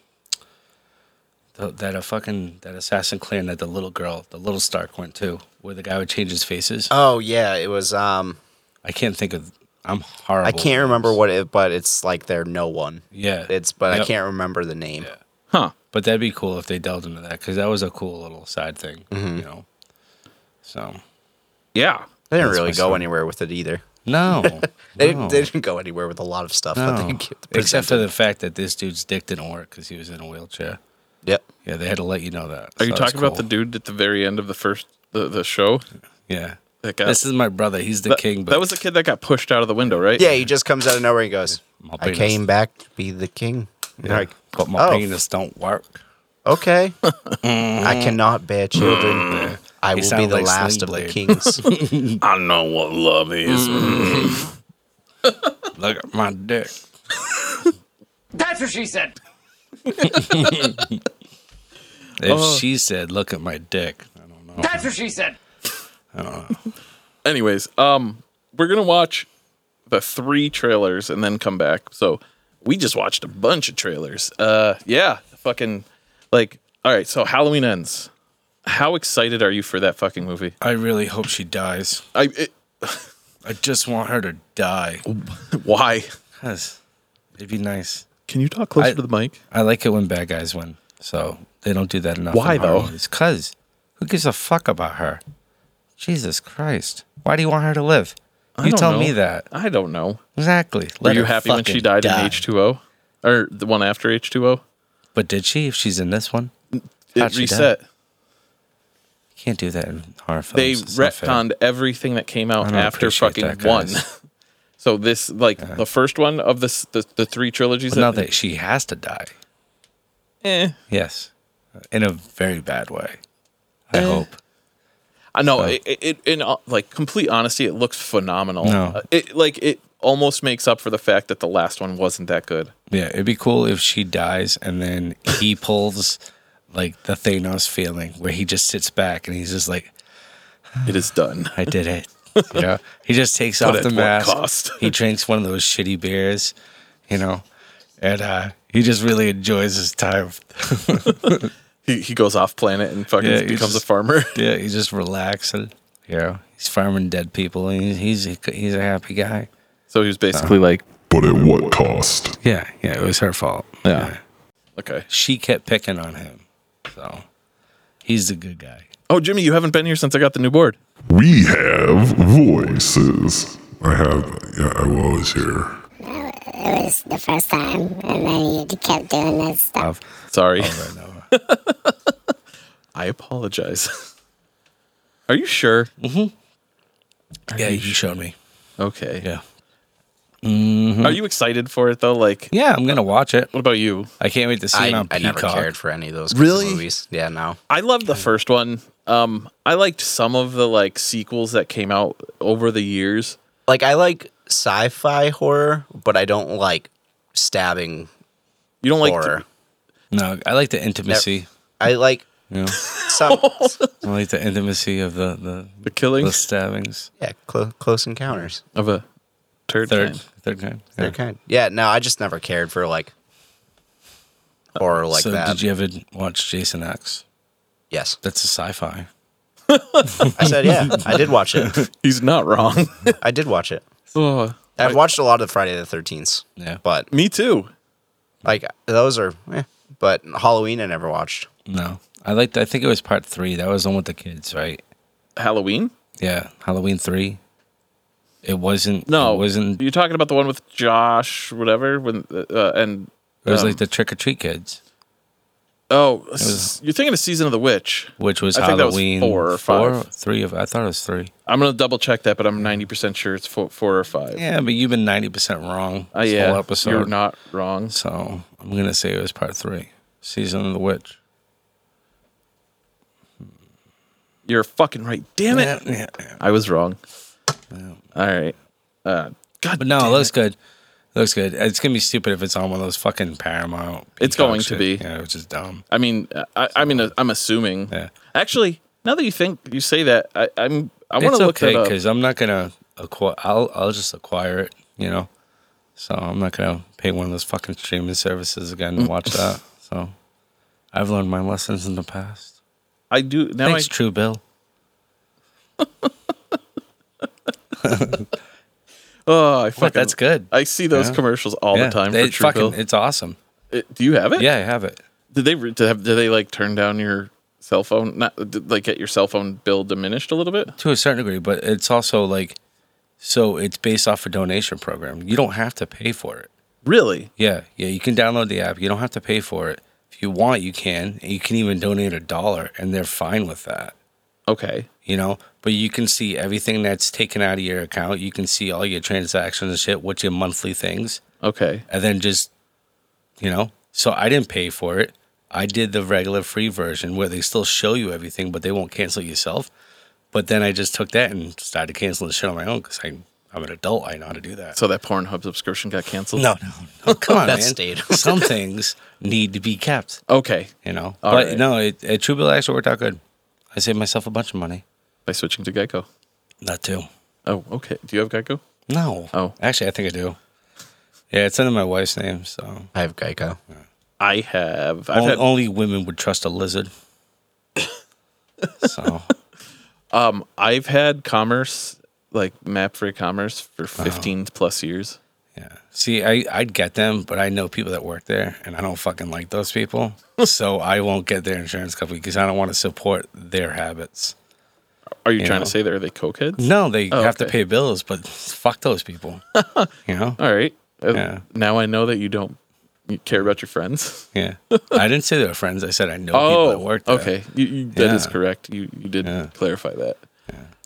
Speaker 2: th- that a fucking that assassin clan that the little girl, the little Stark went to, where the guy would change his faces.
Speaker 3: Oh yeah, it was. Um,
Speaker 2: I can't think of. I'm horrible.
Speaker 3: I can't remember what it, but it's like they're no one.
Speaker 2: Yeah,
Speaker 3: It's but I
Speaker 2: Yep.
Speaker 3: can't remember the name.
Speaker 1: Huh?
Speaker 2: But that'd be cool if they delved into that because that was a cool little side thing,
Speaker 3: Mm-hmm.
Speaker 2: you know. So
Speaker 1: Yeah.
Speaker 3: They didn't
Speaker 2: That's
Speaker 3: really
Speaker 2: my
Speaker 3: go
Speaker 2: son.
Speaker 3: anywhere with it either.
Speaker 2: no,
Speaker 3: They,
Speaker 2: no,
Speaker 3: they didn't go anywhere with a lot of stuff that
Speaker 2: no.
Speaker 3: they get
Speaker 2: except for
Speaker 3: presented.
Speaker 2: the fact that this dude's dick didn't work because he was in a wheelchair.
Speaker 3: Yep.
Speaker 2: Yeah, they had to let you know that.
Speaker 1: Are you talking about the dude at the very end of the first the, the show?
Speaker 2: Yeah,
Speaker 1: That got,
Speaker 2: this is my brother. He's the
Speaker 1: that,
Speaker 2: king. But
Speaker 1: that was the kid that got pushed out of the window, right?
Speaker 3: Yeah, he just comes out of nowhere and goes,
Speaker 2: My
Speaker 3: I
Speaker 2: penis.
Speaker 3: came back to be the king. You're Like,
Speaker 2: but my
Speaker 3: oh.
Speaker 2: penis don't work.
Speaker 3: okay. I cannot bear children. I
Speaker 2: Mm. He
Speaker 3: will be
Speaker 2: sounded
Speaker 3: the
Speaker 2: like
Speaker 3: last
Speaker 2: Sling
Speaker 3: of
Speaker 2: Blade.
Speaker 3: the kings.
Speaker 1: I know what love is.
Speaker 2: Look at my dick.
Speaker 5: That's what she said.
Speaker 2: If
Speaker 1: Oh.
Speaker 2: she said, "Look at my dick," I don't know.
Speaker 5: That's what she said.
Speaker 1: anyways, um, we're gonna watch the three trailers and then come back. So we just watched a bunch of trailers. Uh, yeah, fucking like all right. So Halloween ends. How excited are you for that fucking movie?
Speaker 2: I really hope she dies.
Speaker 1: I it,
Speaker 2: I just want her to die.
Speaker 1: why?
Speaker 2: Yes, it'd be nice.
Speaker 1: Can you talk closer
Speaker 2: I-
Speaker 1: to the mic?
Speaker 2: I like it when bad guys win. So they don't do that enough.
Speaker 1: Why, though?
Speaker 2: Because who gives a fuck about her? Jesus Christ! Why do you want her to live?
Speaker 1: I
Speaker 2: You
Speaker 1: don't
Speaker 2: tell
Speaker 1: know.
Speaker 2: me that
Speaker 1: I don't know.
Speaker 2: exactly.
Speaker 1: Were you happy when she died in H two O or the one after H two O?
Speaker 2: But did she? If she's in this one, How'd
Speaker 1: It
Speaker 2: she die?
Speaker 1: reset.
Speaker 2: can't do that in horror films.
Speaker 1: They
Speaker 2: It's not fair.
Speaker 1: retconned everything that came out
Speaker 2: don't
Speaker 1: after
Speaker 2: appreciate
Speaker 1: fucking
Speaker 2: that,
Speaker 1: one.
Speaker 2: guys.
Speaker 1: so this like the first one of this the, the three trilogies.
Speaker 2: But now that she has to die.
Speaker 1: eh. Eh.
Speaker 2: Yes. In a very bad way. I hope.
Speaker 1: I know it, it, in all- like complete honesty, it looks phenomenal.
Speaker 2: No.
Speaker 1: Uh, It like it almost makes up for the fact that the last one wasn't that good.
Speaker 2: Yeah, it'd be cool if she dies and then he pulls like the Thanos feeling where he just sits back and he's just like,
Speaker 1: It is done.
Speaker 2: I did it. You know, he just takes off
Speaker 1: at
Speaker 2: the
Speaker 1: what
Speaker 2: mask.
Speaker 1: cost?
Speaker 2: he drinks one of those shitty beers, you know, and uh, he just really enjoys his time.
Speaker 1: He, he goes off planet and fucking
Speaker 2: Yeah, he's
Speaker 1: becomes
Speaker 2: just-
Speaker 1: a farmer.
Speaker 2: yeah, he's just relaxing. You know, he's farming dead people and he's he's a, he's a happy guy.
Speaker 1: So he was basically like,
Speaker 4: But at what cost?
Speaker 2: Yeah, yeah, it was her fault.
Speaker 1: yeah, okay.
Speaker 2: she kept picking on him, so he's the good guy.
Speaker 1: Oh, Jimmy, you haven't been here since I got the new board.
Speaker 4: We have voices. I have, yeah, I was here.
Speaker 6: It was the first time, and then you kept doing this stuff.
Speaker 2: Of
Speaker 1: Sorry,
Speaker 2: I know.
Speaker 1: I apologize. Are you sure?
Speaker 2: Yeah, you showed me.
Speaker 1: Okay.
Speaker 2: Yeah.
Speaker 1: Are you excited for it though? Like,
Speaker 2: Yeah, I'm gonna watch it.
Speaker 1: what about you?
Speaker 2: I can't wait to see it
Speaker 3: I,
Speaker 2: on
Speaker 3: I never
Speaker 2: Peacock.
Speaker 3: cared for any of those
Speaker 1: Really?
Speaker 3: movies. Yeah, no.
Speaker 1: I loved the first one. Um, I liked some of the like sequels that came out over the years.
Speaker 3: Like I like sci-fi horror, but I don't like stabbing
Speaker 1: You don't like
Speaker 3: horror.
Speaker 2: No, I like the intimacy.
Speaker 3: I like
Speaker 2: You know,
Speaker 3: some
Speaker 2: I like the intimacy of the the,
Speaker 1: the
Speaker 2: the
Speaker 1: killings
Speaker 2: stabbings.
Speaker 3: yeah, clo- close encounters.
Speaker 1: of a turd.
Speaker 2: Third,
Speaker 1: kind.
Speaker 2: third kind.
Speaker 3: They're kind. Yeah, no, I just never cared for like horror like
Speaker 2: so,
Speaker 3: that.
Speaker 2: did you ever watch Jason X?
Speaker 3: yes,
Speaker 2: That's a sci-fi.
Speaker 3: I said yeah. I did watch it.
Speaker 1: He's not wrong.
Speaker 3: I did watch it.
Speaker 2: uh,
Speaker 1: Oh,
Speaker 3: I've watched a lot of Friday the Thirteenth.
Speaker 2: Yeah.
Speaker 3: but
Speaker 1: me too.
Speaker 3: like those are. Eh. But Halloween, I never watched.
Speaker 2: No, I liked. I think it was part three. That was the one with the kids, right?
Speaker 1: Halloween?
Speaker 2: Yeah, Halloween three. It wasn't.
Speaker 1: No,
Speaker 2: it wasn't. It
Speaker 1: You're talking about the one with Josh, whatever. When uh, and
Speaker 2: was
Speaker 1: um,
Speaker 2: like the trick or treat kids,
Speaker 1: oh, s- you're thinking of Season of the Witch.
Speaker 2: which was
Speaker 1: I think that was
Speaker 2: Halloween
Speaker 1: four or five.
Speaker 2: three of. I thought it was three.
Speaker 1: I'm gonna double check that, but I'm 90 percent sure it's four, four or five.
Speaker 2: Yeah, but you've been ninety percent wrong.
Speaker 1: Uh,
Speaker 2: this
Speaker 1: yeah,
Speaker 2: whole episode.
Speaker 1: you're not wrong.
Speaker 2: So I'm gonna say it was part three, season of the witch.
Speaker 1: You're fucking right. Damn it.
Speaker 2: yeah, yeah.
Speaker 1: I was wrong. All right. Uh, God,
Speaker 2: But no,
Speaker 1: damn
Speaker 2: it
Speaker 1: it.
Speaker 2: looks good. It looks good. It's gonna be stupid if it's on one of those fucking Paramount.
Speaker 1: It's
Speaker 2: Peacock
Speaker 1: going to
Speaker 2: shit,
Speaker 1: be.
Speaker 2: Yeah, which is dumb.
Speaker 1: I mean, I, I mean, I'm assuming.
Speaker 2: Yeah.
Speaker 1: Actually, now that you think you say that, I, I'm. I want
Speaker 2: it's
Speaker 1: to look
Speaker 2: okay
Speaker 1: that up.
Speaker 2: because I'm not gonna acquire. I'll I'll just acquire it. You know, so I'm not gonna pay one of those fucking streaming services again to watch that. So I've learned my lessons in the past.
Speaker 1: I do now. I,
Speaker 2: Thanks, True Bill.
Speaker 1: oh, I fucking,
Speaker 2: But that's good.
Speaker 1: I see those
Speaker 2: Yeah.
Speaker 1: commercials all
Speaker 2: Yeah,
Speaker 1: the time
Speaker 2: they
Speaker 1: for True
Speaker 2: fucking-
Speaker 1: Bill.
Speaker 2: It's awesome.
Speaker 1: do you have it?
Speaker 2: Yeah, I have it.
Speaker 1: Did they re- did, have, did they like turn down your cell phone? Not did, like get your cell phone bill diminished a little bit.
Speaker 2: to a certain degree, but it's also like so it's based off a donation program. You don't have to pay for it.
Speaker 1: Really?
Speaker 2: Yeah, yeah, you can download the app. You don't have to pay for it. If you want, you can. And you can even donate a dollar and they're fine with that,
Speaker 1: Okay.
Speaker 2: you know? But you can see everything that's taken out of your account. You can see all your transactions and shit, what's your monthly things,
Speaker 1: Okay.
Speaker 2: and then just you know. So I didn't pay for it. I did the regular free version where they still show you everything, but they won't cancel yourself. But then I just took that and started canceling shit on my own because I'm an adult. I know how to do that.
Speaker 1: So that Pornhub subscription got canceled.
Speaker 2: no, no, no. Come on,
Speaker 3: That
Speaker 2: man.
Speaker 3: stayed.
Speaker 2: Some things need to be kept,
Speaker 1: Okay.
Speaker 2: you know.
Speaker 1: All
Speaker 2: but
Speaker 1: right.
Speaker 2: no, it, it Truebill actually worked out good. I saved myself a bunch of money.
Speaker 1: By switching to Geico.
Speaker 2: Not too.
Speaker 1: Oh, okay. Do you have Geico?
Speaker 2: No.
Speaker 1: Oh.
Speaker 2: actually, I think I do. Yeah, it's under my wife's name, so
Speaker 3: I have Geico.
Speaker 1: I have. I've
Speaker 2: On-
Speaker 1: had,
Speaker 2: only women would trust a lizard. so
Speaker 1: um, I've had commerce like map free commerce for 15 plus years.
Speaker 2: Yeah. See, I, I'd get them, but I know people that work there and I don't fucking like those people. so I won't get their insurance company because I don't want to support their habits.
Speaker 1: Are you
Speaker 2: You
Speaker 1: trying
Speaker 2: know.
Speaker 1: to say that are they cokeheads?
Speaker 2: No, they
Speaker 1: Oh,
Speaker 2: have to
Speaker 1: okay.
Speaker 2: pay bills, but fuck those people. you know?
Speaker 1: All right. Uh,
Speaker 2: Yeah.
Speaker 1: Now I know that you don't you care about your friends.
Speaker 2: Yeah. I didn't say they were friends. I said I know people that
Speaker 1: Oh,
Speaker 2: work there.
Speaker 1: okay. You, you, that is
Speaker 2: Yeah.
Speaker 1: correct. You you did
Speaker 2: Yeah.
Speaker 1: clarify that.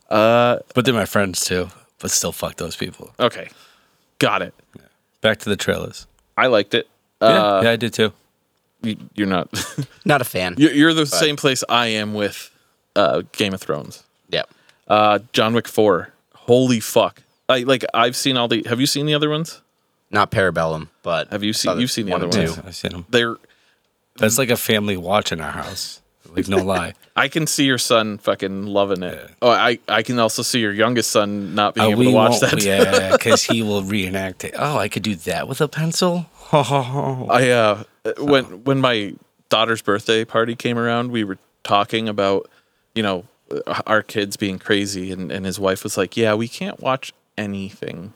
Speaker 1: Uh,
Speaker 2: But they're my friends too. But still fuck those people.
Speaker 1: okay. Got it.
Speaker 2: Back to the trailers.
Speaker 1: I liked it.
Speaker 2: Yeah,
Speaker 1: Uh,
Speaker 2: yeah I did too.
Speaker 1: You, you're not.
Speaker 3: Not a fan.
Speaker 1: you're, you're the same place I am with uh, Game of Thrones.
Speaker 3: yeah.
Speaker 1: Uh, John Wick Four. Holy fuck! I like. I've seen all the. Have you seen the other ones?
Speaker 3: Not Parabellum, but
Speaker 1: Have you seen?
Speaker 3: other-
Speaker 1: You've seen the
Speaker 3: one
Speaker 1: other
Speaker 3: or
Speaker 1: ones.
Speaker 3: two.
Speaker 2: I've seen them.
Speaker 1: They're.
Speaker 2: That's like a family watch in our house. Like no lie,
Speaker 1: I can see your son fucking loving it. Oh, I I can also see your youngest son not being
Speaker 2: Uh,
Speaker 1: able to watch that.
Speaker 2: Yeah, because he will reenact it. Oh, I could do that with a pencil.
Speaker 1: I uh when when my daughter's birthday party came around, we were talking about you know uh, our kids being crazy, and and his wife was like, "Yeah, we can't watch anything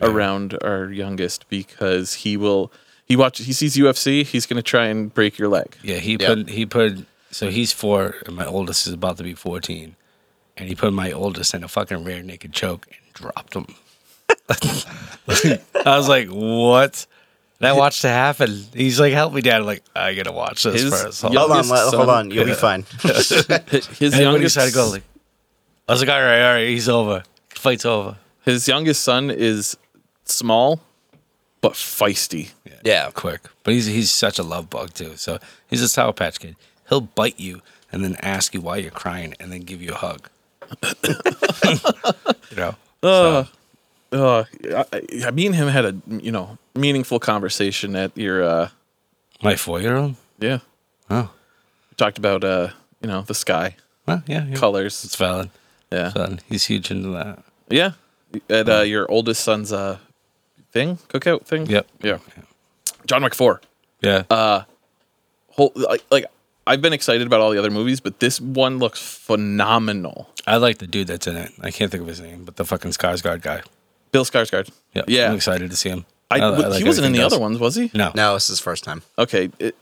Speaker 1: around our youngest because he will." He watches. He sees UFC. He's gonna try and break your leg.
Speaker 2: Yeah, he put he put so he's four and my oldest is about to be fourteen. And he put my oldest in a fucking rear naked choke and dropped him. I was like, What? And I watched it happen. He's like, Help me, Dad. I'm like, I gotta watch this
Speaker 1: His-
Speaker 2: first. Hold
Speaker 1: yeah.
Speaker 2: on.
Speaker 3: Hold on,
Speaker 1: Youngest
Speaker 3: let- hold
Speaker 1: son.
Speaker 3: on. You'll be fine.
Speaker 1: Hi- His
Speaker 2: And when he
Speaker 1: youngest,
Speaker 2: started going, like, I was like, All right, all right, he's over. Fight's over.
Speaker 1: his youngest son is small, but feisty.
Speaker 3: yeah.
Speaker 2: Quick. But he's he's such a love bug too. So he's a sour patch kid. He'll bite you and then ask you why you're crying and then give you a hug. you know.
Speaker 1: Uh, uh, I, I, me and him had a you know meaningful conversation at your uh,
Speaker 2: My four year old?
Speaker 1: Yeah.
Speaker 2: Oh.
Speaker 1: We talked about uh, you know, the sky,
Speaker 2: Well, yeah. yeah. It's
Speaker 1: colors.
Speaker 2: valid.
Speaker 1: Yeah.
Speaker 2: It's valid. He's huge into that.
Speaker 1: Yeah. At uh, your oldest son's uh thing, cookout thing.
Speaker 2: Yep.
Speaker 1: Yeah. John Wick 4.
Speaker 2: Yeah.
Speaker 1: Uh, Whole like, like I've been excited about all the other movies, but this one looks phenomenal.
Speaker 2: I like the dude that's in it. I can't think of his name, but the fucking Skarsgård guy.
Speaker 1: Bill Skarsgård.
Speaker 2: Yep.
Speaker 1: Yeah.
Speaker 2: I'm excited to see him.
Speaker 1: I,
Speaker 2: li-
Speaker 1: he
Speaker 2: I like
Speaker 1: wasn't in
Speaker 2: everything
Speaker 1: the
Speaker 2: he
Speaker 1: other
Speaker 2: does.
Speaker 1: ones, was he?
Speaker 2: No.
Speaker 3: No, this is first time.
Speaker 1: Okay. It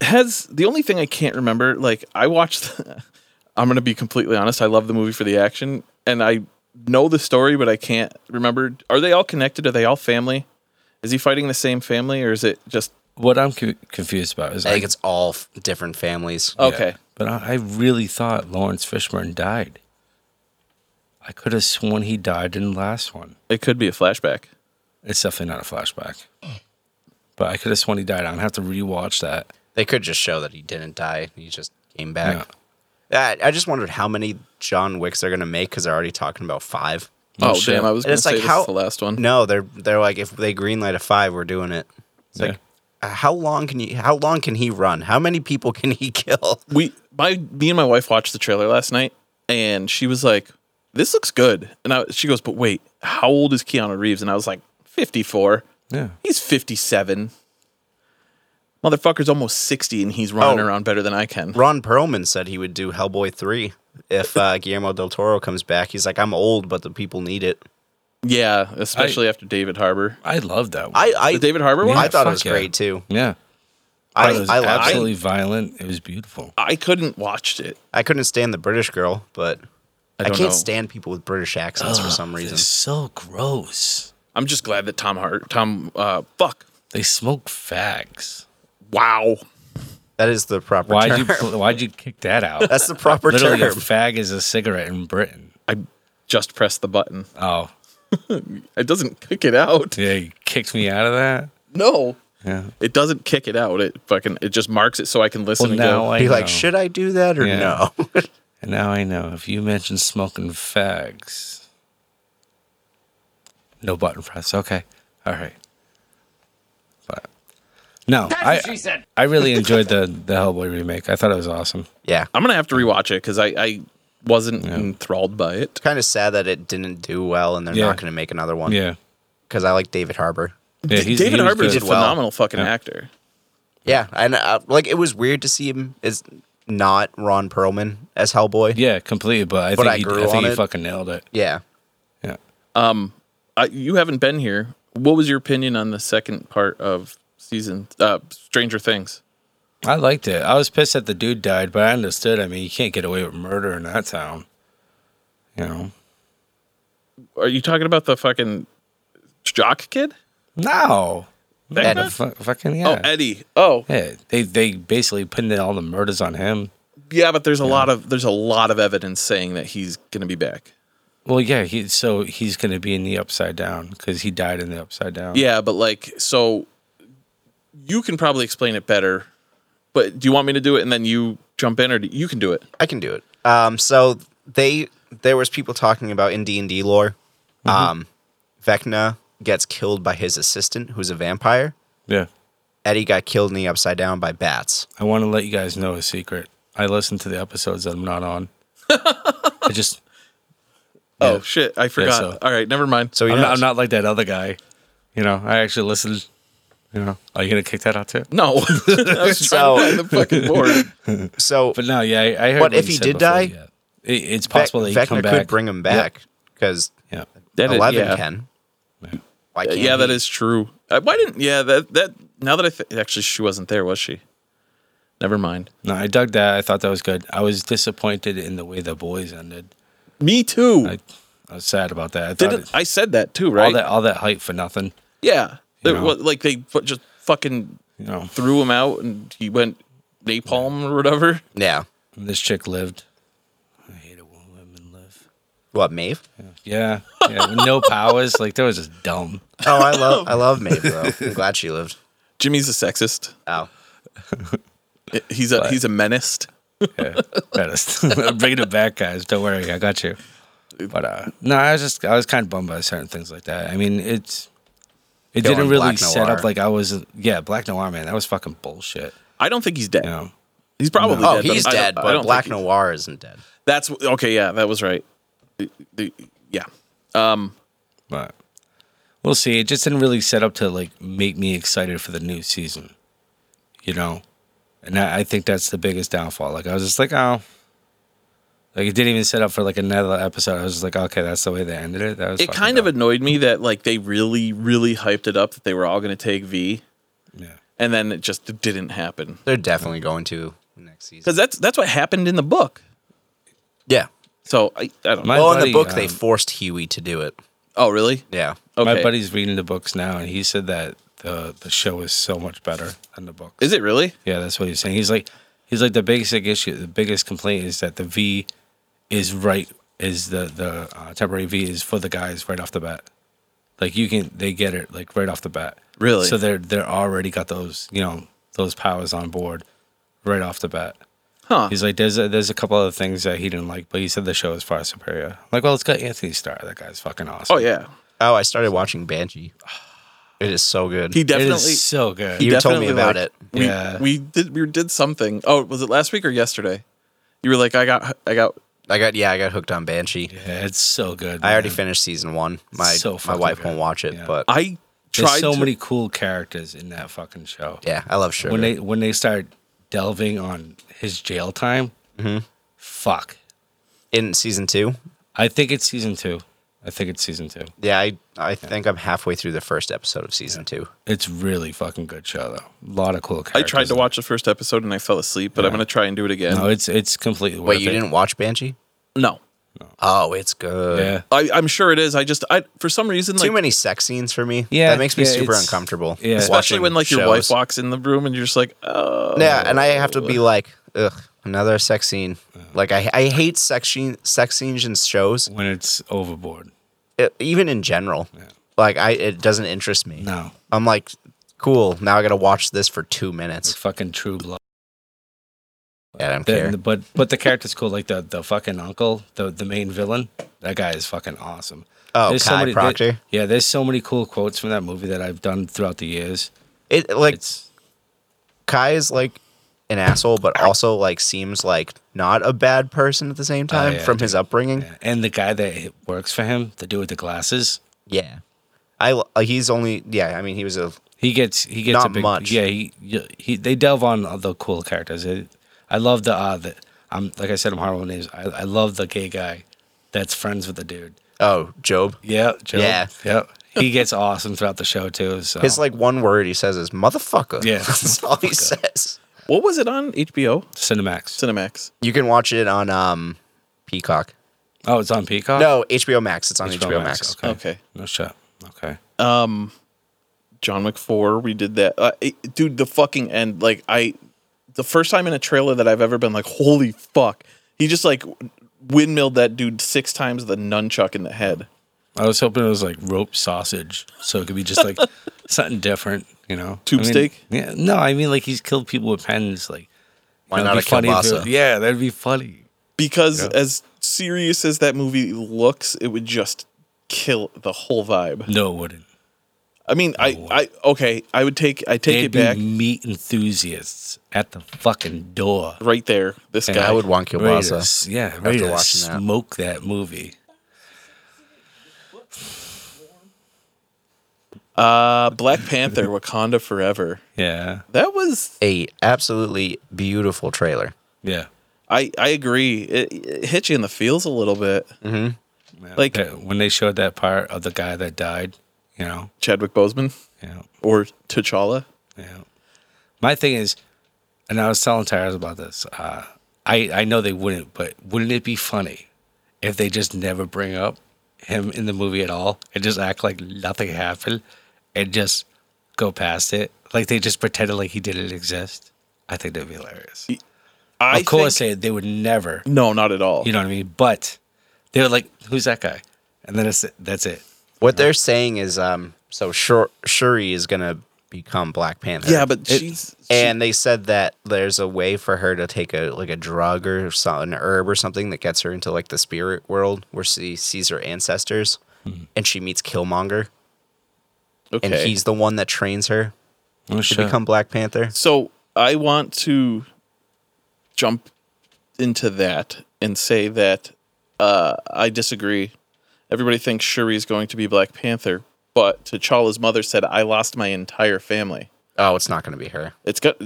Speaker 1: has the only thing I can't remember, like I watched I'm gonna be completely honest, I love the movie for the action and I know the story, but I can't remember. Are they all connected? Are they all family? Is he fighting the same family or is it just
Speaker 2: What I'm co- confused about is
Speaker 3: I
Speaker 2: I,
Speaker 3: think it's all f- different families.
Speaker 1: Okay.
Speaker 2: but I, I really thought Lawrence Fishburne died. I could have sworn he died in the last one.
Speaker 1: It could be a flashback.
Speaker 2: It's definitely not a flashback. But I could have sworn he died. I'm gonna have to rewatch that.
Speaker 3: They could just show that he didn't die. He just came
Speaker 2: Yeah.
Speaker 3: back. I, I just wondered how many John Wicks they're gonna make because they're already talking about five.
Speaker 1: Oh,
Speaker 2: shit.
Speaker 1: damn, I was
Speaker 3: And
Speaker 1: gonna
Speaker 3: it's
Speaker 1: say
Speaker 3: like
Speaker 1: this
Speaker 3: how
Speaker 1: is the last one.
Speaker 3: No, they're they're like if they greenlight a five, we're doing it. It's like uh, how long can you? How long can he run? How many people can he kill?
Speaker 1: we my me and my wife watched the trailer last night and she was like this looks good and I, she goes but wait how old is keanu reeves and i was like 54
Speaker 2: Yeah.
Speaker 1: he's 57 motherfucker's almost 60 and he's running
Speaker 3: Oh.
Speaker 1: around better than i can
Speaker 3: Ron Perlman said he would do Hellboy three if uh, Guillermo del Toro comes back. He's like, I'm old, but the people need it.
Speaker 1: yeah especially after david harbor
Speaker 2: I love that one.
Speaker 3: I I,
Speaker 1: the david harbor one
Speaker 3: I thought it
Speaker 2: fuck
Speaker 3: was
Speaker 2: yeah.
Speaker 3: great too.
Speaker 2: yeah.
Speaker 3: I
Speaker 2: it was
Speaker 3: I loved it.
Speaker 2: absolutely violent. It was beautiful.
Speaker 1: i couldn't watch it
Speaker 3: I couldn't stand the British girl, but I,
Speaker 1: don't
Speaker 3: can't
Speaker 1: know.
Speaker 3: stand people with British accents for some
Speaker 2: They're
Speaker 3: reason.
Speaker 2: so gross.
Speaker 1: i'm just glad that tom hart tom uh fuck
Speaker 2: They smoke fags.
Speaker 1: wow
Speaker 3: That is the proper
Speaker 2: Why'd
Speaker 3: term.
Speaker 2: you Why'd you kick that out?
Speaker 3: That's the proper
Speaker 2: Literally, a
Speaker 3: term.
Speaker 2: fag is a cigarette in Britain.
Speaker 1: i just pressed the button
Speaker 2: Oh,
Speaker 1: it doesn't kick it out
Speaker 2: yeah, you kicked me out of that.
Speaker 1: no
Speaker 2: Yeah.
Speaker 1: it doesn't kick it out it fucking it just marks it so i can listen
Speaker 2: Well,
Speaker 1: and
Speaker 2: now
Speaker 1: go
Speaker 2: I
Speaker 3: Be like,
Speaker 2: know.
Speaker 3: should I do that or
Speaker 2: Yeah.
Speaker 3: no?
Speaker 2: And now I know. If you mention smoking fags, no button press. Okay, all right. But no, I I really enjoyed the the Hellboy remake. I thought it was awesome.
Speaker 3: yeah.
Speaker 1: I'm gonna have to rewatch it because I, I wasn't enthralled by it.
Speaker 3: Kind of sad that it didn't do well and they're
Speaker 2: Yeah.
Speaker 3: not going to make another one.
Speaker 2: Yeah,
Speaker 3: Because I like David Harbour.
Speaker 2: yeah.
Speaker 1: D- David
Speaker 2: was
Speaker 1: Harbour is a
Speaker 2: good.
Speaker 3: well.
Speaker 1: phenomenal fucking actor.
Speaker 3: Yeah. And uh, like, it was weird to see him as not Ron Perlman as Hellboy.
Speaker 2: Yeah, completely. But I
Speaker 3: But
Speaker 2: think
Speaker 3: I
Speaker 2: he,
Speaker 3: grew
Speaker 2: I
Speaker 3: on
Speaker 2: think he
Speaker 3: it.
Speaker 2: fucking nailed it.
Speaker 3: Yeah.
Speaker 2: Yeah.
Speaker 1: I, you haven't been here. What was your opinion on the second part of season uh, Stranger Things?
Speaker 2: I liked it. I was pissed that the dude died, but I understood. I mean, you can't get away with murder in that town. You know?
Speaker 1: Are you talking about the fucking jock kid?
Speaker 2: No.
Speaker 1: That
Speaker 3: Eddie.
Speaker 1: guy?
Speaker 2: Fu- fucking yeah.
Speaker 1: Oh, Eddie. Oh,
Speaker 2: Yeah, they they basically put in all the murders on him.
Speaker 1: yeah, but there's a lot of there's a lot of evidence saying that he's gonna be back.
Speaker 2: Well, yeah, he so he's going to be in the upside down because he died in the upside down.
Speaker 1: Yeah, but like, so you can probably explain it better. But do you want me to do it and then you jump in, or do, you can do it?
Speaker 3: I can do it. Um, so they there was people talking about in D and D lore.
Speaker 1: Mm-hmm.
Speaker 3: Um, Vecna gets killed by his assistant, who's a vampire.
Speaker 2: Yeah.
Speaker 3: Eddie got killed in the Upside Down by bats.
Speaker 2: I want to let you guys know a secret. I listen to the episodes that I'm not on. I just,
Speaker 1: Oh shit! I forgot.
Speaker 2: so-
Speaker 1: All right, never mind.
Speaker 3: So he
Speaker 2: I'm not, I'm
Speaker 3: knows.
Speaker 2: not like that other guy. You know, I actually listen. You know, are you gonna kick that out too?
Speaker 1: no, I was
Speaker 3: So-
Speaker 1: trying to find the fucking board.
Speaker 3: so
Speaker 2: But no, yeah, I, I heard.
Speaker 3: But
Speaker 2: what
Speaker 3: if he
Speaker 2: said
Speaker 3: did
Speaker 2: before,
Speaker 3: die,
Speaker 2: yeah. It- it's
Speaker 3: Vec-
Speaker 2: possible that he
Speaker 3: Vecna
Speaker 2: come
Speaker 3: could
Speaker 2: back.
Speaker 3: bring him back because
Speaker 2: Yeah,
Speaker 1: That is-
Speaker 3: Eleven
Speaker 1: yeah.
Speaker 3: can. Why can't
Speaker 1: yeah, that
Speaker 3: he?
Speaker 1: is true. Uh, why didn't? Yeah, that that. Now that I th- actually, she wasn't there, was she? Never mind.
Speaker 2: no, I dug that. I thought that was good. I was disappointed in the way the boys ended.
Speaker 1: Me too.
Speaker 2: I, I was sad about that. I thought
Speaker 1: Didn't
Speaker 2: it,
Speaker 1: I said that too?
Speaker 2: all
Speaker 1: Right?
Speaker 2: that all that hype for nothing.
Speaker 1: yeah.
Speaker 2: You
Speaker 1: There
Speaker 2: know.
Speaker 1: was- like they fu- just fucking
Speaker 2: You know,
Speaker 1: threw him out, and he went napalm or whatever.
Speaker 3: Yeah.
Speaker 2: this chick lived. I hate it when women live.
Speaker 3: What Maeve?
Speaker 2: Yeah, yeah, with no powers. Like that was just dumb.
Speaker 3: Oh, I love I love Maeve though. I'm glad she lived.
Speaker 1: Jimmy's a sexist.
Speaker 3: Oh,
Speaker 1: I- He's a he's a menace.
Speaker 2: Yeah, i bringing it back, guys. Don't worry, I got you. But uh, no, I was just I was kind of bummed by certain things like that. I mean, it's it
Speaker 3: Killing
Speaker 2: didn't really
Speaker 3: Black
Speaker 2: set
Speaker 3: Noir.
Speaker 2: up like I was. Yeah, Black Noir, man, that was fucking bullshit.
Speaker 1: I don't think he's dead.
Speaker 2: You know,
Speaker 1: He's probably
Speaker 3: oh,
Speaker 1: dead.
Speaker 3: he's
Speaker 1: I don't-
Speaker 3: dead,
Speaker 1: I
Speaker 3: but
Speaker 1: don't
Speaker 3: Black
Speaker 1: think he-
Speaker 3: Noir isn't dead.
Speaker 1: That's okay. Yeah, that was right. The- the- Yeah. Um.
Speaker 2: but we'll see. It just didn't really set up to like make me excited for the new season. You know, and I, I think that's the biggest downfall. Like I was just like, oh. Like it didn't even set up for like another episode. I was just like, okay, that's the way they ended it. That was
Speaker 1: it
Speaker 2: fucking
Speaker 1: kind of
Speaker 2: dumb.
Speaker 1: annoyed me that like they really really hyped it up that they were all going to take V
Speaker 2: yeah.
Speaker 1: and then it just didn't happen
Speaker 3: They're definitely going to next season.
Speaker 1: cuz that's that's what happened in the book.
Speaker 3: Yeah.
Speaker 1: So I, I don't
Speaker 2: My
Speaker 1: know.
Speaker 3: Well, in
Speaker 2: buddy,
Speaker 3: the book, they
Speaker 2: um,
Speaker 3: forced Huey to do it.
Speaker 1: Oh, really?
Speaker 3: Yeah.
Speaker 1: Okay.
Speaker 2: My buddy's reading the books now, and he said that the the show is so much better than the book.
Speaker 1: Is it really?
Speaker 2: Yeah, that's what he's saying. He's like, he's like the basic issue, the biggest complaint is that the V is right is the the uh, temporary V is for the guys right off the bat. Like you can, they get it like right off the bat.
Speaker 1: Really?
Speaker 2: So they're they're already got those you know those powers on board right off the bat.
Speaker 1: Huh.
Speaker 2: He's like, there's a, there's a couple other things that he didn't like, but he said the show is far superior. I'm like, well, it's got Anthony Starr. That guy's fucking awesome.
Speaker 1: Oh yeah.
Speaker 3: Oh, I started watching Banshee. It is so good.
Speaker 1: He
Speaker 2: It is
Speaker 1: definitely
Speaker 2: so good.
Speaker 1: he
Speaker 3: You told
Speaker 1: definitely,
Speaker 3: me about
Speaker 1: like-
Speaker 3: it.
Speaker 1: We,
Speaker 2: Yeah.
Speaker 1: we did we did something. Oh, was it last week or yesterday? You were like I got I got
Speaker 3: I got yeah, I got hooked on Banshee.
Speaker 2: Yeah, it's so good.
Speaker 3: I already
Speaker 2: man.
Speaker 3: finished season one. My
Speaker 2: So
Speaker 3: my
Speaker 2: fucking
Speaker 3: wife
Speaker 2: good.
Speaker 3: won't watch it,
Speaker 2: Yeah.
Speaker 3: but
Speaker 1: I
Speaker 2: There's
Speaker 1: tried
Speaker 2: so
Speaker 1: to-
Speaker 2: many cool characters in that fucking show.
Speaker 3: yeah, I love Sugar.
Speaker 2: When they when they start delving on his jail time,
Speaker 3: Mm-hmm.
Speaker 2: fuck.
Speaker 3: in season two,
Speaker 2: I think it's season two. I think it's season two.
Speaker 3: yeah, I I think I'm halfway through the first episode of season two.
Speaker 2: It's really fucking good show though. A lot of cool
Speaker 1: I
Speaker 2: characters.
Speaker 1: tried to watch the first episode and I fell asleep, but I'm going to try and do it again.
Speaker 2: No, it's it's completely.
Speaker 3: Wait,
Speaker 2: Worth
Speaker 3: you
Speaker 2: it.
Speaker 3: didn't watch Banshee?
Speaker 1: No.
Speaker 3: Oh, it's good.
Speaker 2: Yeah.
Speaker 1: I, I'm sure it is. I just, I for some reason,
Speaker 3: Too
Speaker 1: like,
Speaker 3: many sex scenes for me.
Speaker 2: Yeah,
Speaker 3: that makes me
Speaker 2: yeah,
Speaker 3: super
Speaker 2: it's-
Speaker 3: uncomfortable.
Speaker 2: yeah.
Speaker 1: especially
Speaker 3: watching
Speaker 1: when like your wife
Speaker 3: shows.
Speaker 1: walks in the room and you're just like, oh,
Speaker 3: Yeah, and I have to be like, ugh, another sex scene. Like I, I hate sex scene, sex scenes in shows,
Speaker 2: when it's overboard.
Speaker 3: e- even in general. Like I, it doesn't interest me.
Speaker 2: No,
Speaker 3: I'm like, cool. Now I got to watch this for two minutes.
Speaker 2: fucking True Blood.
Speaker 3: Yeah, I don't
Speaker 2: The-
Speaker 3: care.
Speaker 2: but but the character's cool. Like the the fucking uncle, the the main villain. That guy is fucking awesome.
Speaker 3: Oh,
Speaker 2: There's so
Speaker 3: Kai
Speaker 2: many- there-
Speaker 3: Proctor.
Speaker 2: yeah, there's so many cool quotes from that movie that I've done throughout the years.
Speaker 3: It like
Speaker 2: It's
Speaker 3: Kai is like an asshole, but also like seems like not a bad person at the same time
Speaker 2: Oh, yeah,
Speaker 3: from his upbringing.
Speaker 2: yeah. and the guy that works for him, the dude with the glasses,
Speaker 3: Yeah. I l I he's only yeah. I mean, he was a
Speaker 2: he gets he gets a
Speaker 3: Not
Speaker 2: big,
Speaker 3: much.
Speaker 2: Yeah, he, he they delve on all the cool characters. It, I love the uh the I'm like I said I'm horrible with names. I, I love the gay guy that's friends with the dude.
Speaker 3: oh Job.
Speaker 2: Yeah, Joe.
Speaker 3: Yeah.
Speaker 2: yep. He gets awesome throughout the show too. uh, So
Speaker 3: His like one word he says is motherfucker.
Speaker 2: Oh. Yeah.
Speaker 3: that's all he says.
Speaker 1: what was it on HBO
Speaker 2: Cinemax.
Speaker 1: Cinemax?
Speaker 3: You can watch it on um Peacock.
Speaker 2: Oh, it's on Peacock.
Speaker 3: No, HBO Max. It's on HBO, Max.
Speaker 2: Okay.
Speaker 1: Okay.
Speaker 2: No shit. Okay.
Speaker 1: John Wick Four. We did that, uh, it- dude. The fucking end. Like I, the first time in a trailer that I've ever been like, holy fuck. He just like windmilled that dude six times with a nunchuck in the head.
Speaker 2: I was hoping it was like rope sausage, so it could be just like something different, you know.
Speaker 1: Tube
Speaker 2: I mean,
Speaker 1: steak?
Speaker 2: Yeah, no, I mean like he's killed people with pens. Like,
Speaker 3: Why
Speaker 2: that'd be
Speaker 3: not a
Speaker 2: funny if it-
Speaker 3: kielbasa?
Speaker 2: yeah, that'd be funny.
Speaker 1: Because as serious as that movie looks, it would just kill the whole vibe.
Speaker 2: No, it wouldn't.
Speaker 1: I mean, I, I okay, I would take I take
Speaker 2: They'd
Speaker 1: it
Speaker 2: be
Speaker 1: back
Speaker 2: meat enthusiasts at the fucking door.
Speaker 1: right there. This
Speaker 2: And
Speaker 1: guy
Speaker 3: I would want
Speaker 2: Ready to,
Speaker 3: kielbasa.
Speaker 2: s- yeah, ready to
Speaker 3: watching that.
Speaker 2: smoke that movie.
Speaker 1: uh Black Panther Wakanda Forever.
Speaker 2: Yeah,
Speaker 1: That was
Speaker 3: A absolutely beautiful trailer.
Speaker 2: yeah.
Speaker 1: I I agree. It, it hit you in the feels a little bit. Like-
Speaker 2: That- when they showed that part of the guy that died, you know,
Speaker 1: Chadwick Boseman
Speaker 2: you know,
Speaker 1: or T'Challa.
Speaker 2: Yeah. My thing is, and I was telling Tyrus about this. Uh, I I know they wouldn't, but wouldn't it be funny if they just never bring up him in the movie at all and just act like nothing happened and just go past it, like they just pretended like he didn't exist? I think that'd be hilarious.
Speaker 1: I
Speaker 2: of course,
Speaker 1: think-
Speaker 2: they, they would never.
Speaker 1: no, not at all.
Speaker 2: You know what I mean? But they were like, "Who's that guy?" And then it's that's it.
Speaker 3: What they're saying is, um, so Shur- Shuri is gonna become Black Panther.
Speaker 1: yeah, but she's
Speaker 3: and they said that there's a way for her to take a like a drug or so- an herb or something that gets her into like the spirit world where she sees her ancestors,
Speaker 2: Mm-hmm.
Speaker 3: and she meets Killmonger,
Speaker 1: okay.
Speaker 3: and he's the one that trains her
Speaker 2: Oh,
Speaker 3: to
Speaker 2: shit.
Speaker 3: become Black Panther.
Speaker 1: So I want to jump into that and say that uh, I disagree. Everybody thinks Shuri is going to be Black Panther, but T'Challa's mother said, "I lost my entire family."
Speaker 3: Oh, it's not gonna be her.
Speaker 1: It's got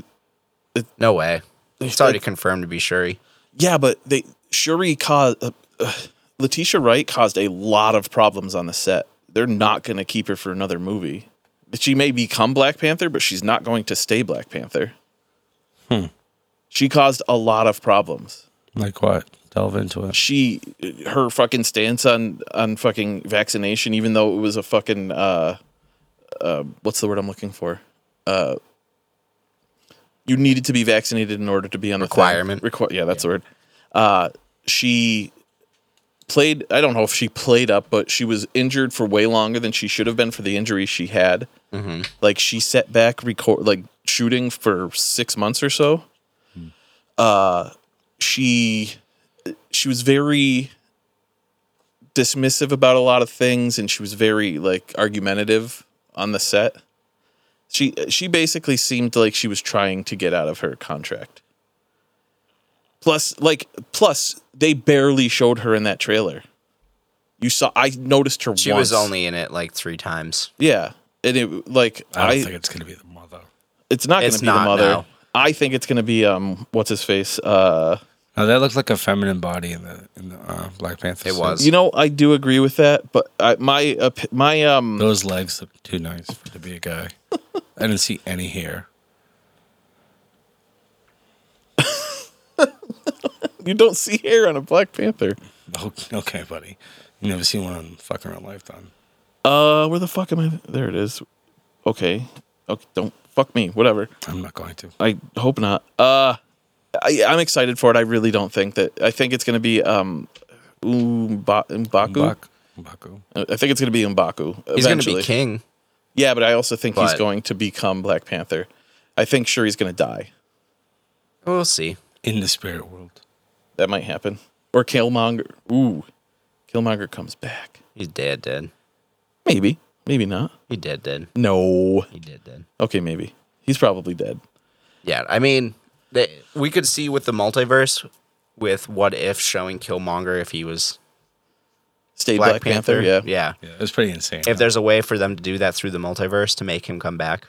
Speaker 3: No way. It's already confirmed to be Shuri.
Speaker 1: yeah, but they Shuri caused uh, uh, Letitia Wright caused a lot of problems on the set. They're not going to keep her for another movie. She may become Black Panther, but she's not going to stay Black Panther. Hmm. She caused a lot of problems.
Speaker 2: like what? Delve into it.
Speaker 1: she her fucking stance on on fucking vaccination even though it was a fucking uh uh what's the word i'm looking for uh you needed to be vaccinated in order to be on the thing.
Speaker 3: Requirement.
Speaker 1: Requ- yeah that's the word uh she played i don't know if she played up but she was injured for way longer than she should have been for the injuries she had like she set back record like shooting for six months or so uh she she was very dismissive about a lot of things and she was very like argumentative on the set she she basically seemed like she was trying to get out of her contract plus like plus they barely showed her in that trailer you saw i noticed her
Speaker 3: She was
Speaker 1: once.
Speaker 3: only in it like three times.
Speaker 1: yeah and it like
Speaker 2: I don't
Speaker 1: i,
Speaker 2: think it's gonna be the mother.
Speaker 1: it's not going
Speaker 3: It's
Speaker 1: to be the
Speaker 3: not
Speaker 1: mother
Speaker 3: now.
Speaker 1: i think it's going to be um what's his face uh
Speaker 2: No, Oh, that looked like a feminine body in the in the uh, Black Panther.
Speaker 3: It
Speaker 2: suit.
Speaker 3: was.
Speaker 1: you know i do agree with that but I, my op- my um
Speaker 2: Those legs look too nice for to be a guy. I didn't see any hair.
Speaker 1: You don't see hair on a Black Panther.
Speaker 2: Oh, okay, buddy. You never seen one in fucking real life, then.
Speaker 1: Uh, where the fuck am I? There it is. Okay. Okay. Don't fuck me. Whatever.
Speaker 2: I'm not going to.
Speaker 1: I hope not. Uh, I, I'm excited for it. I really don't think that. I think it's gonna be um, Umba, Mbaku.
Speaker 2: Baku. Baku.
Speaker 1: I think it's gonna be Mbaku. Eventually.
Speaker 3: He's going to be king.
Speaker 1: Yeah, but I also think he's
Speaker 3: But-
Speaker 1: going to become Black Panther. I think sure he's gonna die.
Speaker 3: We'll see.
Speaker 2: In the spirit world.
Speaker 1: That might happen. Or Killmonger. Ooh, Killmonger comes back.
Speaker 3: He's dead, dead.
Speaker 1: Maybe. Maybe not.
Speaker 3: He dead, dead.
Speaker 1: No.
Speaker 3: He dead, dead.
Speaker 1: Okay, maybe. He's probably dead.
Speaker 3: Yeah, I mean, they, we could see with the multiverse, with what if showing Killmonger if he was
Speaker 1: Stayed
Speaker 3: Black,
Speaker 1: Black,
Speaker 3: Panther.
Speaker 1: Panther. Yeah.
Speaker 3: yeah.
Speaker 2: Yeah, it was pretty insane.
Speaker 3: If there's a way for them to do that through the multiverse to make him come back,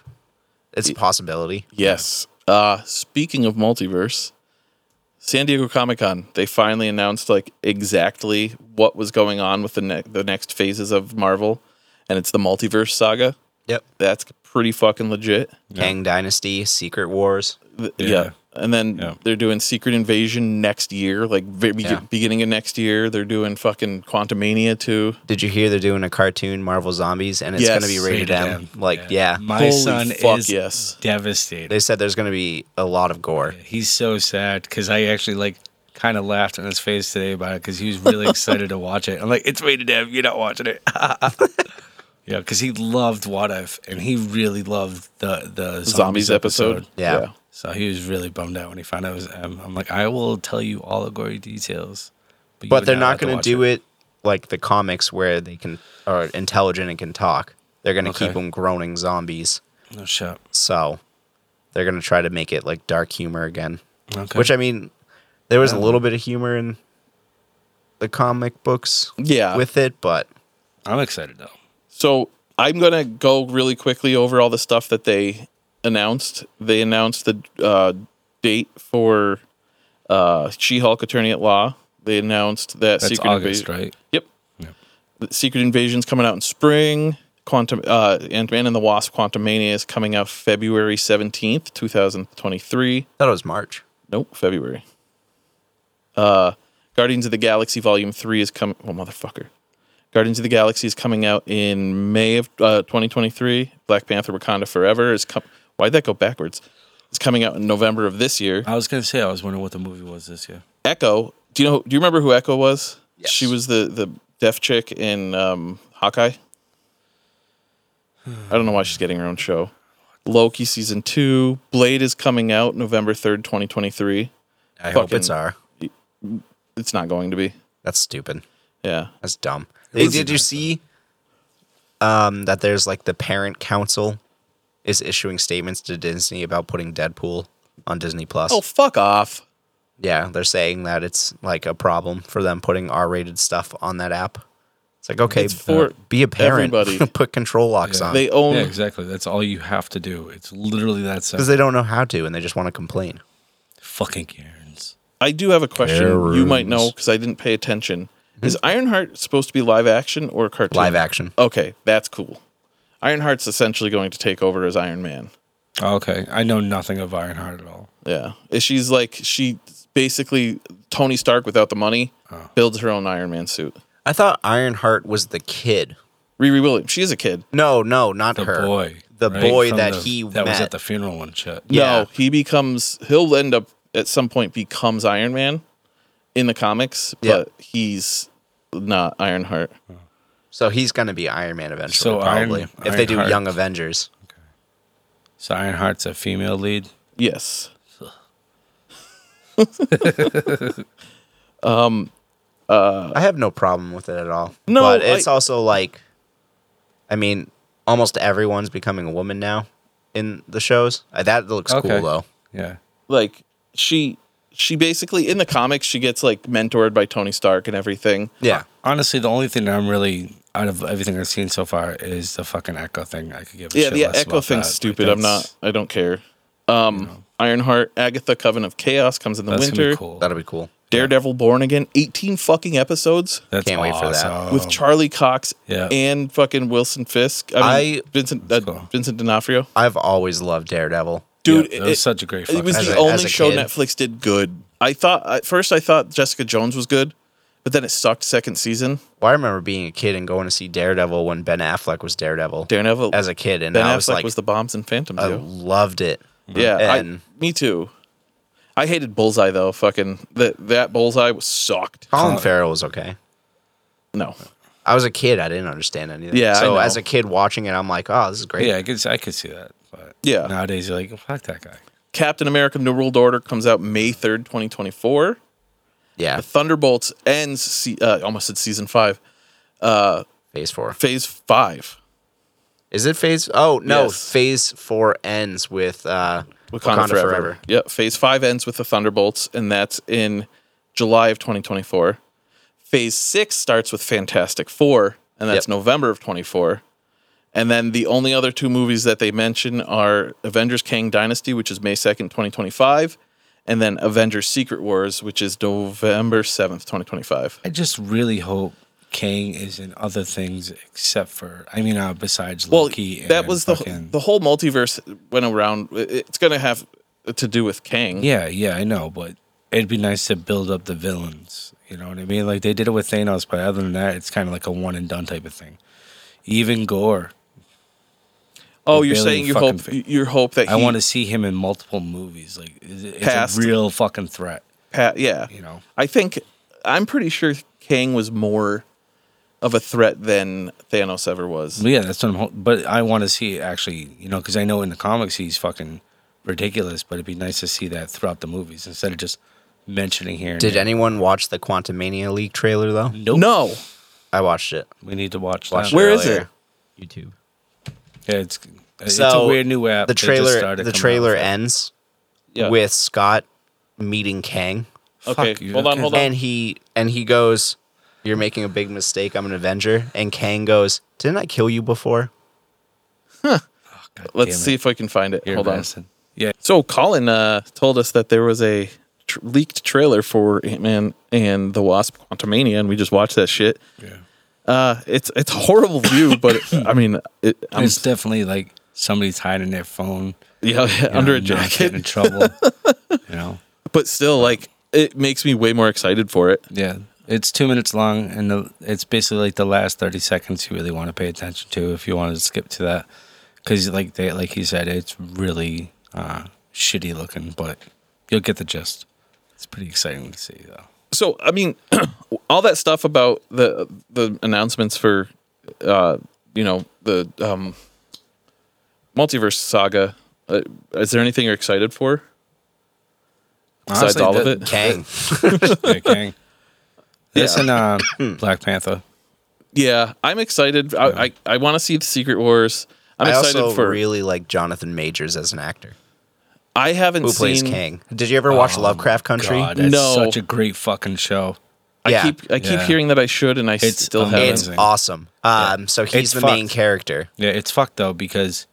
Speaker 3: it's a possibility.
Speaker 1: Yes. Uh, speaking of multiverse, San Diego Comic Con, they finally announced like exactly what was going on with the ne- the next phases of Marvel, and it's the multiverse saga.
Speaker 3: Yep.
Speaker 1: That's pretty fucking legit.
Speaker 3: Kang Dynasty, Secret Wars.
Speaker 1: Th- Yeah.
Speaker 2: Yeah.
Speaker 1: And then
Speaker 2: Yeah.
Speaker 1: they're doing Secret Invasion next year, like ve- be-
Speaker 3: Yeah.
Speaker 1: beginning of next year. They're doing fucking Quantumania too.
Speaker 3: Did you hear they're doing a cartoon Marvel Zombies and it's
Speaker 1: Yes.
Speaker 3: going to be rated, M? Like, yeah.
Speaker 2: My
Speaker 1: Holy
Speaker 2: son
Speaker 1: fuck,
Speaker 2: is
Speaker 1: yes.
Speaker 2: devastated.
Speaker 3: They said there's going to be a lot of gore.
Speaker 2: He's so sad because I actually like kind of laughed in his face today about it because he was really excited to watch it. I'm like, it's rated M. You're not watching it. yeah, because he loved What If and he really loved the the zombies,
Speaker 1: Zombies
Speaker 2: episode.
Speaker 1: episode.
Speaker 3: Yeah.
Speaker 2: So he was really bummed out when he found out it was M. I'm like, I will tell you all the gory details, you
Speaker 3: But
Speaker 2: would
Speaker 3: they're not
Speaker 2: have to
Speaker 3: going to
Speaker 2: watch
Speaker 3: do it. like the comics where they can are intelligent and can talk. They're going to 'em keep
Speaker 2: Okay.
Speaker 3: them groaning zombies.
Speaker 2: No Oh, shit.
Speaker 3: So they're going to try to make it like dark humor again.
Speaker 2: Okay.
Speaker 3: Which I mean, there was a little bit of humor in the comic books
Speaker 1: Yeah.
Speaker 3: with it, but
Speaker 2: I'm excited though.
Speaker 1: So I'm gonna go really quickly over all the stuff that they announced. They announced the uh, date for uh, She-Hulk Attorney at Law. They announced that
Speaker 2: That's
Speaker 1: Secret
Speaker 2: August,
Speaker 1: Invasion.
Speaker 2: right?
Speaker 1: Yep. The Secret Invasion's coming out in spring. Quantum uh, Ant-Man and the Wasp: Quantum Mania is coming out February seventeenth, two thousand twenty-three.
Speaker 3: that was March.
Speaker 1: Nope, February. Uh, Guardians of the Galaxy Volume Three is coming. Oh motherfucker! Guardians of the Galaxy is coming out in May of uh, 2023. Black Panther: Wakanda Forever is com- Why'd that go backwards? It's coming out in November of this year.
Speaker 2: I was gonna say I was wondering what the movie was this year.
Speaker 1: Echo. Do you know? Do you remember who Echo was?
Speaker 3: Yes.
Speaker 1: She was the the deaf chick in um, Hawkeye. I don't know why she's getting her own show. Loki season two. Blade is coming out November third, twenty twenty three.
Speaker 3: I hope it's
Speaker 1: Fucking-
Speaker 3: our.
Speaker 1: It's not going to be.
Speaker 3: That's stupid.
Speaker 1: Yeah.
Speaker 3: That's dumb. Did, did you see um, that there's like the parent council is issuing statements to Disney about putting Deadpool on Disney Plus?
Speaker 1: Oh, fuck off.
Speaker 3: Yeah, they're saying that it's like a problem for them putting R-rated stuff on that app. It's like okay,
Speaker 1: It's for
Speaker 3: be a parent,
Speaker 1: everybody.
Speaker 3: put control locks on
Speaker 1: They own.
Speaker 2: Yeah, exactly. That's all you have to do. It's literally that
Speaker 3: because
Speaker 2: simple.
Speaker 3: they don't know how to and they just want to complain.
Speaker 2: Fucking Karens.
Speaker 1: I do have a question you might know
Speaker 2: Errors.
Speaker 1: because I didn't pay attention. Is Ironheart supposed to be live action or cartoon?
Speaker 3: Hmm? Live action.
Speaker 1: Okay, that's cool. Ironheart's essentially going to take over as Iron Man.
Speaker 2: Okay, I know nothing of Ironheart at all.
Speaker 1: Yeah. She's like, she basically, Tony Stark without the money,
Speaker 3: Oh.
Speaker 1: builds her own Iron Man suit.
Speaker 3: I thought Ironheart was the kid.
Speaker 1: Riri Williams, she is a kid.
Speaker 3: No, no, not
Speaker 2: The
Speaker 3: her.
Speaker 2: boy,
Speaker 3: the
Speaker 2: right?
Speaker 3: boy
Speaker 2: From
Speaker 3: that
Speaker 2: the-
Speaker 3: he
Speaker 2: that was
Speaker 3: met.
Speaker 2: at the funeral and shit.
Speaker 3: Yeah.
Speaker 1: No, he becomes, he'll end up at some point becomes Iron Man in the comics,
Speaker 3: Yeah.
Speaker 1: but he's not Ironheart.
Speaker 3: So he's gonna be Iron Man eventually,
Speaker 2: So Iron-
Speaker 3: probably if they do
Speaker 2: Ironheart.
Speaker 3: Young Avengers.
Speaker 2: So Ironheart's a female lead.
Speaker 1: Yes. um,
Speaker 3: I have no problem with it at all.
Speaker 1: No,
Speaker 3: but it's
Speaker 1: I-
Speaker 3: also like, I mean, almost everyone's becoming a woman now in the shows. Uh, That looks
Speaker 2: Okay.
Speaker 3: cool though.
Speaker 2: Yeah.
Speaker 1: like she she basically in the comics she gets like mentored by Tony Stark and everything.
Speaker 3: Yeah,
Speaker 2: Honestly, the only thing that I'm really out of everything I've seen so far is the fucking Echo thing. I could give a
Speaker 1: Yeah,
Speaker 2: shit
Speaker 1: the
Speaker 2: less
Speaker 1: Echo
Speaker 2: about
Speaker 1: thing's
Speaker 2: that. Like,
Speaker 1: stupid. I'm not
Speaker 2: that's-
Speaker 1: I don't care. Um Ironheart, Agatha Coven of Chaos comes in the
Speaker 2: That's gonna
Speaker 1: winter.
Speaker 2: be cool.
Speaker 3: that'll be cool.
Speaker 1: Daredevil Born Again, 18 fucking episodes
Speaker 2: That's
Speaker 3: Can't wait for that.
Speaker 2: awesome.
Speaker 1: with Charlie Cox
Speaker 2: Um, Yeah.
Speaker 1: and fucking Wilson Fisk. I, mean,
Speaker 3: I-
Speaker 1: Vincent uh,
Speaker 2: cool.
Speaker 1: Vincent D'Onofrio.
Speaker 3: I've always loved Daredevil.
Speaker 1: Dude,
Speaker 2: Yeah, that was such a great
Speaker 1: It was
Speaker 2: fucking-
Speaker 1: the
Speaker 3: As a- as
Speaker 1: only
Speaker 3: a
Speaker 1: show
Speaker 3: kid.
Speaker 1: Netflix did good. I thought at first I thought Jessica Jones was good, but then it sucked second season.
Speaker 3: Well, I remember being a kid and going to see Daredevil when Ben Affleck was Daredevil
Speaker 1: Daredevil
Speaker 3: as a kid, and
Speaker 1: Ben
Speaker 3: I
Speaker 1: Affleck
Speaker 3: was
Speaker 1: was,
Speaker 3: like,
Speaker 1: the bombs and Phantoms.
Speaker 3: I
Speaker 1: yo.
Speaker 3: loved it.
Speaker 1: Yeah, I,
Speaker 3: And-
Speaker 1: me too. I hated Bullseye though. Fucking that that Bullseye was sucked.
Speaker 3: Colin Farrell was okay.
Speaker 1: No,
Speaker 3: I was a kid. I didn't understand anything.
Speaker 1: Yeah, I
Speaker 3: So
Speaker 1: know.
Speaker 3: as a kid watching it, I'm like, oh, this is great.
Speaker 2: Yeah, I could I could see that. But
Speaker 1: Yeah.
Speaker 2: nowadays you're like, fuck that guy.
Speaker 1: Captain America: New World Order comes out May third, twenty twenty four.
Speaker 3: Yeah.
Speaker 1: The Thunderbolts ends. Se- uh, almost said season five,
Speaker 3: Phase four.
Speaker 1: phase five.
Speaker 3: Is it phase? Oh no,
Speaker 1: Yes.
Speaker 3: phase four ends with uh, Wakanda, Forever.
Speaker 1: Yep. Phase five ends with the Thunderbolts, and that's in July of twenty twenty four. Phase six starts with Fantastic Four, and that's
Speaker 3: Yep.
Speaker 1: November of twenty four. And then the only other two movies that they mention are Avengers Kang Dynasty, which is May 2nd, 2025, and then Avengers Secret Wars, which is November 7th, 2025.
Speaker 2: I just really hope Kang is in other things except for I mean uh, besides
Speaker 1: Well,
Speaker 2: Loki.
Speaker 1: that
Speaker 2: and
Speaker 1: was the
Speaker 2: fucking-
Speaker 1: the whole multiverse went around. It- It's going to have to do with Kang.
Speaker 2: Yeah, yeah, I know, but it'd be nice to build up the villains. You know what I mean? Like they did it with Thanos, but other than that, it's kind of like a one and done type of thing. Even Gore,
Speaker 1: oh,
Speaker 2: they
Speaker 1: you're
Speaker 2: barely
Speaker 1: saying you
Speaker 2: fucking
Speaker 1: hope
Speaker 2: fi-
Speaker 1: you hope that he
Speaker 2: I want to see him in multiple movies. Like it's it's
Speaker 1: Past.
Speaker 2: a real fucking threat.
Speaker 1: Pat, yeah.
Speaker 2: You know.
Speaker 1: I think I'm pretty sure Kang was more of a threat than Thanos ever was.
Speaker 2: But yeah, that's what I'm. ho- But I want to see it actually, you know, because I know in the comics he's fucking ridiculous. But it'd be nice to see that throughout the movies instead of just mentioning here.
Speaker 3: Did anyone watch the Quantum Mania League trailer though?
Speaker 2: Nope.
Speaker 1: No.
Speaker 3: I watched it.
Speaker 2: We need to watch
Speaker 3: Watched
Speaker 2: that.
Speaker 3: it
Speaker 1: Where is
Speaker 3: earlier.
Speaker 1: it?
Speaker 7: YouTube.
Speaker 2: Yeah, it's it's
Speaker 3: So,
Speaker 2: a weird new app.
Speaker 3: The
Speaker 2: that just
Speaker 3: trailer
Speaker 2: started
Speaker 3: the
Speaker 2: coming out
Speaker 3: trailer
Speaker 2: with it.
Speaker 3: ends
Speaker 1: Yeah.
Speaker 3: with Scott meeting Kang
Speaker 1: okay.
Speaker 2: Fuck you,
Speaker 1: Hold on.
Speaker 2: okay.
Speaker 1: Hold on.
Speaker 3: and he and he goes, "You're making a big mistake. I'm an Avenger." And Kang goes, "Didn't I kill you before?"
Speaker 2: God
Speaker 1: Let's
Speaker 2: damn it.
Speaker 1: see if I can find it.
Speaker 2: You're
Speaker 1: Hold on.
Speaker 2: bastard. Yeah,
Speaker 1: So Colin uh, told us that there was a tr- leaked trailer for Ant Man and the Wasp: Quantumania, and we just watched that shit.
Speaker 2: yeah.
Speaker 1: Uh, it's it's a horrible view, but I mean, it, I'm,
Speaker 2: it's definitely like somebody's hiding their phone
Speaker 1: yeah,
Speaker 2: you
Speaker 1: under
Speaker 2: know,
Speaker 1: a
Speaker 2: not
Speaker 1: jacket,
Speaker 2: getting in trouble. you know,
Speaker 1: but still, like, it makes me way more excited for it.
Speaker 2: yeah. It's two minutes long, and the, it's basically like the last thirty seconds you really want to pay attention to if you want to skip to that, because like they like he said, it's really uh, shitty looking, but you'll get the gist. It's pretty exciting to see though.
Speaker 1: so I mean, all that stuff about the the announcements for, uh, you know, the um, multiverse saga. Uh, is there anything you're excited for besides
Speaker 2: Honestly,
Speaker 1: all
Speaker 2: the-
Speaker 1: of it?
Speaker 3: Kang.
Speaker 2: Yeah, Kang. This
Speaker 1: Yeah.
Speaker 2: and uh, Black Panther.
Speaker 1: Yeah, I'm excited. I I, I want to see the Secret Wars. I'm
Speaker 3: I
Speaker 1: excited
Speaker 3: also
Speaker 1: for.
Speaker 3: really like Jonathan Majors as an actor
Speaker 1: I haven't
Speaker 3: who
Speaker 1: seen.
Speaker 3: plays Kang. Did you ever watch Lovecraft Country?
Speaker 2: Oh God, that's
Speaker 1: No.
Speaker 2: such a great fucking show.
Speaker 1: I
Speaker 3: Yeah.
Speaker 1: keep I keep
Speaker 2: Yeah.
Speaker 1: hearing that I should, and I
Speaker 2: It's
Speaker 1: still
Speaker 3: It's
Speaker 1: haven't.
Speaker 2: amazing.
Speaker 3: awesome. Um, so
Speaker 2: It's
Speaker 3: he's the main
Speaker 2: fucked.
Speaker 3: character.
Speaker 2: Yeah, it's fucked though because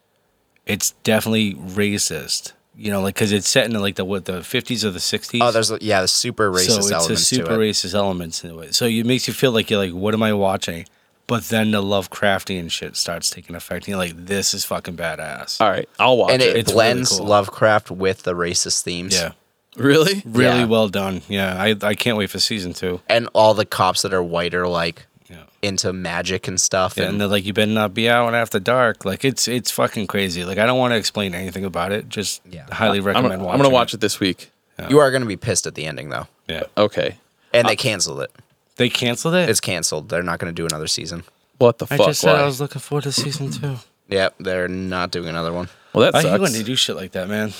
Speaker 2: it's definitely racist. You know, like because it's set in like the what the fifties or the sixties.
Speaker 3: Oh, there's yeah, the super
Speaker 2: so
Speaker 3: racist
Speaker 2: it's a
Speaker 3: elements
Speaker 2: super
Speaker 3: to it.
Speaker 2: racist elements in a way. So it makes you feel like you're like, what am I watching? But then the Lovecraftian shit starts taking effect. And you're like, this is fucking badass.
Speaker 1: All right, I'll watch
Speaker 3: and
Speaker 1: it.
Speaker 3: it
Speaker 2: It's really
Speaker 3: blends
Speaker 2: cool.
Speaker 3: Lovecraft with the racist themes.
Speaker 2: Yeah,
Speaker 1: Really?
Speaker 2: really
Speaker 3: Yeah.
Speaker 2: well done. Yeah, I I can't wait for season two.
Speaker 3: And all the cops that are white are like
Speaker 2: Yeah.
Speaker 3: into magic and stuff.
Speaker 2: Yeah, and
Speaker 3: and
Speaker 2: they're like, you better not be out after dark. Like it's it's fucking crazy. Like I don't want to explain anything about it. Just
Speaker 3: Yeah.
Speaker 2: highly
Speaker 1: I'm,
Speaker 2: recommend
Speaker 1: I'm
Speaker 2: watching.
Speaker 1: gonna watch it this week.
Speaker 3: you are gonna be pissed at the ending though.
Speaker 2: it. Yeah,
Speaker 1: Okay.
Speaker 3: And
Speaker 2: Uh,
Speaker 3: they canceled it.
Speaker 2: they canceled it.
Speaker 3: It's canceled. They're not gonna do another season.
Speaker 1: What the
Speaker 2: I
Speaker 1: fuck?
Speaker 2: just said
Speaker 1: Why?
Speaker 2: I was looking forward to season two.
Speaker 3: Yep, they're not doing another one.
Speaker 1: well, that
Speaker 2: I hate when they
Speaker 1: sucks.
Speaker 2: do shit like that, man.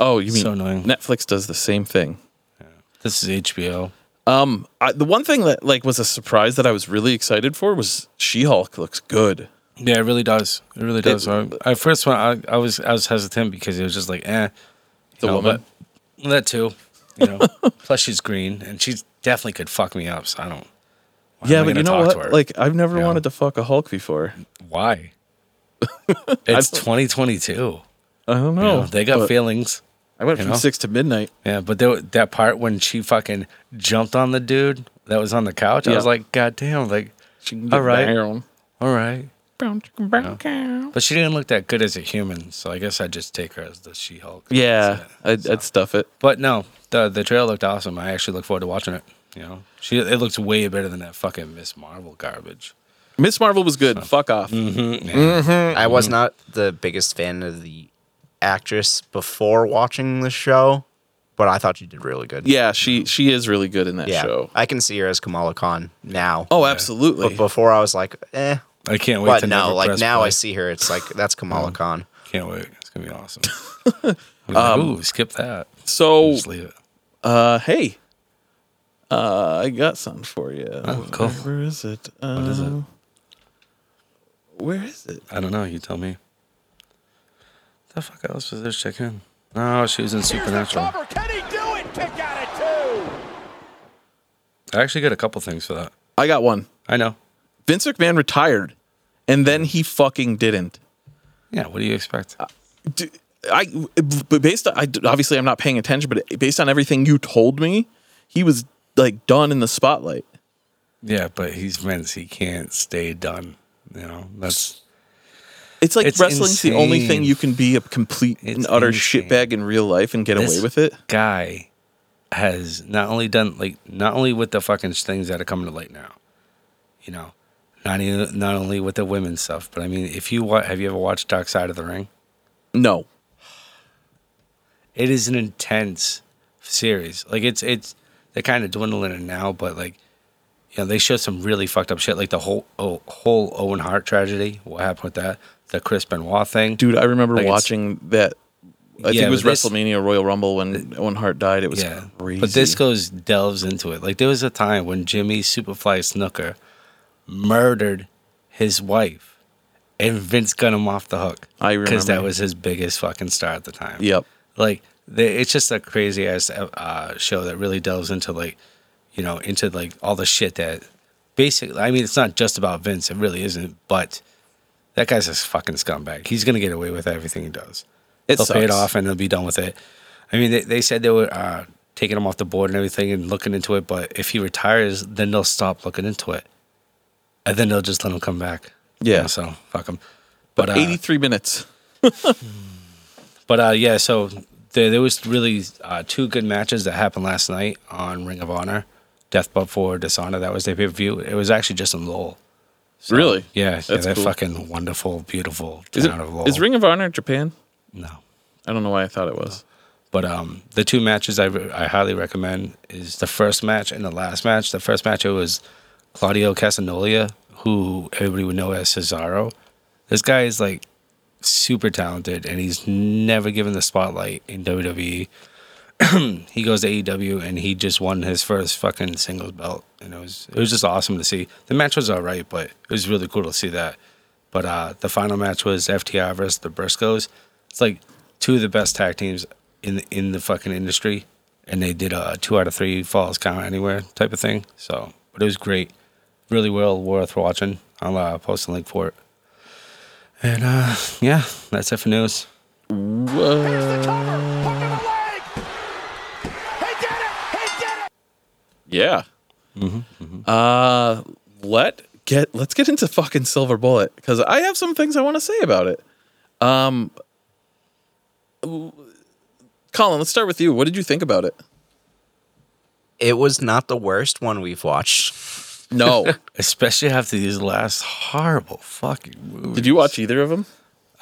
Speaker 1: Oh, you mean
Speaker 2: So annoying.
Speaker 1: Netflix does the same thing.
Speaker 2: This is HBO.
Speaker 1: Um, I, the one thing that like was a surprise that I was really excited for was She-Hulk looks good.
Speaker 2: Yeah, it really does. It really does. I, I first one, I, I was I was hesitant because it was just like, eh,
Speaker 1: The
Speaker 2: you know,
Speaker 1: woman,
Speaker 2: but- that too. You know, plus she's green and she definitely could fuck me up. So I don't. why am
Speaker 1: yeah,
Speaker 2: I
Speaker 1: but you
Speaker 2: gonna
Speaker 1: know
Speaker 2: talk to
Speaker 1: what?
Speaker 2: her?
Speaker 1: Like, I've never
Speaker 2: Yeah.
Speaker 1: wanted to fuck a Hulk before.
Speaker 2: why? it's 2022.
Speaker 1: I don't know.
Speaker 2: you know, they got
Speaker 1: Oh, but
Speaker 2: feelings.
Speaker 1: I went
Speaker 2: you
Speaker 1: from
Speaker 2: know?
Speaker 1: six to midnight.
Speaker 2: Yeah, but there, that part when she fucking jumped on the dude that was on the couch, I was
Speaker 1: Yeah.
Speaker 2: like, God damn, like,
Speaker 1: She can
Speaker 2: All right.
Speaker 1: down.
Speaker 2: all right. But she didn't look that good as a human, so I guess I'd just take her as the She Hulk.
Speaker 1: Yeah, I'd, I'd stuff it.
Speaker 2: But no, the the trailer looked awesome. I actually look forward to watching it. You know, she it looks way better than that fucking Miss Marvel garbage.
Speaker 1: Miss Marvel was good. Fuck off.
Speaker 2: Mm.
Speaker 3: I was not the biggest fan of the actress before watching the show, but I thought she did really good.
Speaker 1: Yeah, she she is really good in that
Speaker 3: yeah.
Speaker 1: show.
Speaker 3: I can see her as Kamala Khan now.
Speaker 1: Oh,
Speaker 3: but
Speaker 1: absolutely.
Speaker 3: before I was like, eh.
Speaker 2: I can't wait
Speaker 3: But
Speaker 2: to never
Speaker 3: no, like
Speaker 2: press
Speaker 3: now
Speaker 2: play.
Speaker 3: I see her. It's like that's Kamala Khan.
Speaker 2: Can't wait. It's gonna be awesome. I'll be
Speaker 3: Um,
Speaker 2: like, Ooh, skip that.
Speaker 1: So,
Speaker 2: Just leave it.
Speaker 1: uh, hey, uh, I got something for you.
Speaker 2: Oh, cool.
Speaker 1: Where is it? Uh,
Speaker 2: What is it?
Speaker 1: Where is it?
Speaker 2: I don't know. You tell me. The fuck else was this chick in? No, she was in Supernatural.
Speaker 8: Can he do it? Kick out at two.
Speaker 2: I actually got a couple things for that.
Speaker 1: I got one.
Speaker 2: I know.
Speaker 1: Vince McMahon retired, and then he fucking didn't.
Speaker 2: Yeah. What do you expect?
Speaker 3: Uh,
Speaker 1: D- I, but based on, I obviously I'm not paying attention, but based on everything you told me, he was like done in the spotlight.
Speaker 2: yeah, but he's Vince. He can't stay done. You know. That's
Speaker 1: It's like
Speaker 2: It's
Speaker 1: wrestling's the only thing
Speaker 2: insane.
Speaker 1: you can be a complete and
Speaker 2: It's
Speaker 1: utter
Speaker 2: insane.
Speaker 1: shitbag in real life and get away
Speaker 2: This-
Speaker 1: with it.
Speaker 2: guy has not only done like not only with the fucking things that are coming to light now, you know, not even not only with the women stuff, but I mean, if you wa- have you ever watched Dark Side of the Ring?
Speaker 1: No,
Speaker 2: it is an intense series. Like it's it's they're kind of dwindling it now, but like you know they show some really fucked up shit, like the whole oh, whole Owen Hart tragedy. What happened with that? The Chris Benoit thing.
Speaker 1: dude, I remember
Speaker 2: Like, it's-
Speaker 1: watching that I think
Speaker 2: Yeah,
Speaker 1: it was
Speaker 2: but this-
Speaker 1: WrestleMania Royal Rumble when when Hart died. It was
Speaker 2: yeah.
Speaker 1: crazy.
Speaker 2: But this goes delves into it. Like there was a time when Jimmy Superfly Snooker murdered his wife, and Vince got him off the hook.
Speaker 1: I
Speaker 2: because that
Speaker 1: remember.
Speaker 2: was his biggest fucking star at the time.
Speaker 1: Yep.
Speaker 2: Like they, it's just a crazy ass uh, show that really delves into like, you know, into like all the shit that basically. I mean, it's not just about Vince. It really isn't. But that guy's a fucking scumbag. He's gonna get away with everything he does
Speaker 1: It
Speaker 2: they'll pay it
Speaker 1: sucks.
Speaker 2: off and they'll be done with it. I mean, they, they said they were uh, taking him off the board and everything and looking into it, but if he retires, then they'll stop looking into it, and then they'll just let him come back.
Speaker 1: Yeah.
Speaker 2: so fuck him.
Speaker 1: But
Speaker 2: But uh,
Speaker 1: 83 minutes.
Speaker 2: but uh, yeah, so there, there was really uh, two good matches that happened last night on Ring of Honor, Death Before Dishonor. That was their pay per view. It was actually just in Lowell. So,
Speaker 1: Really?
Speaker 2: Yeah, yeah,
Speaker 1: That's
Speaker 2: that
Speaker 1: cool.
Speaker 2: fucking wonderful, beautiful
Speaker 1: Is, it,
Speaker 2: town of Lowell.
Speaker 1: is Ring of Honor Japan?
Speaker 2: no.
Speaker 1: I don't know why I thought it was.
Speaker 2: But um, the two matches I, re- I highly recommend is the first match and the last match. The first match it was Claudio Castagnoli, who everybody would know as Cesaro. This guy is like super talented, and he's never given the spotlight in WWE. he goes to AEW, and he just won his first fucking singles belt, and it was it was just awesome to see. The match was all right, but it was really cool to see that. But uh, the final match was FTR versus the Briscoes. It's like two of the best tag teams in the, in the fucking industry, and they did a two out of three falls count anywhere type of thing. So, but it was great, really well worth watching. I'll uh, post a link for it. And uh, yeah, that's it for news.
Speaker 8: Here's the cover. Hook him away. He did it. He did it.
Speaker 1: Yeah. Mm-hmm, Uh, let get let's get into fucking Silver Bullet because I have some things I want to say about it. Um, Colin, let's start with you. What did you think about it?
Speaker 3: It was not the worst one we've watched.
Speaker 1: No,
Speaker 2: Especially after these last horrible fucking movies.
Speaker 1: did you watch either of them?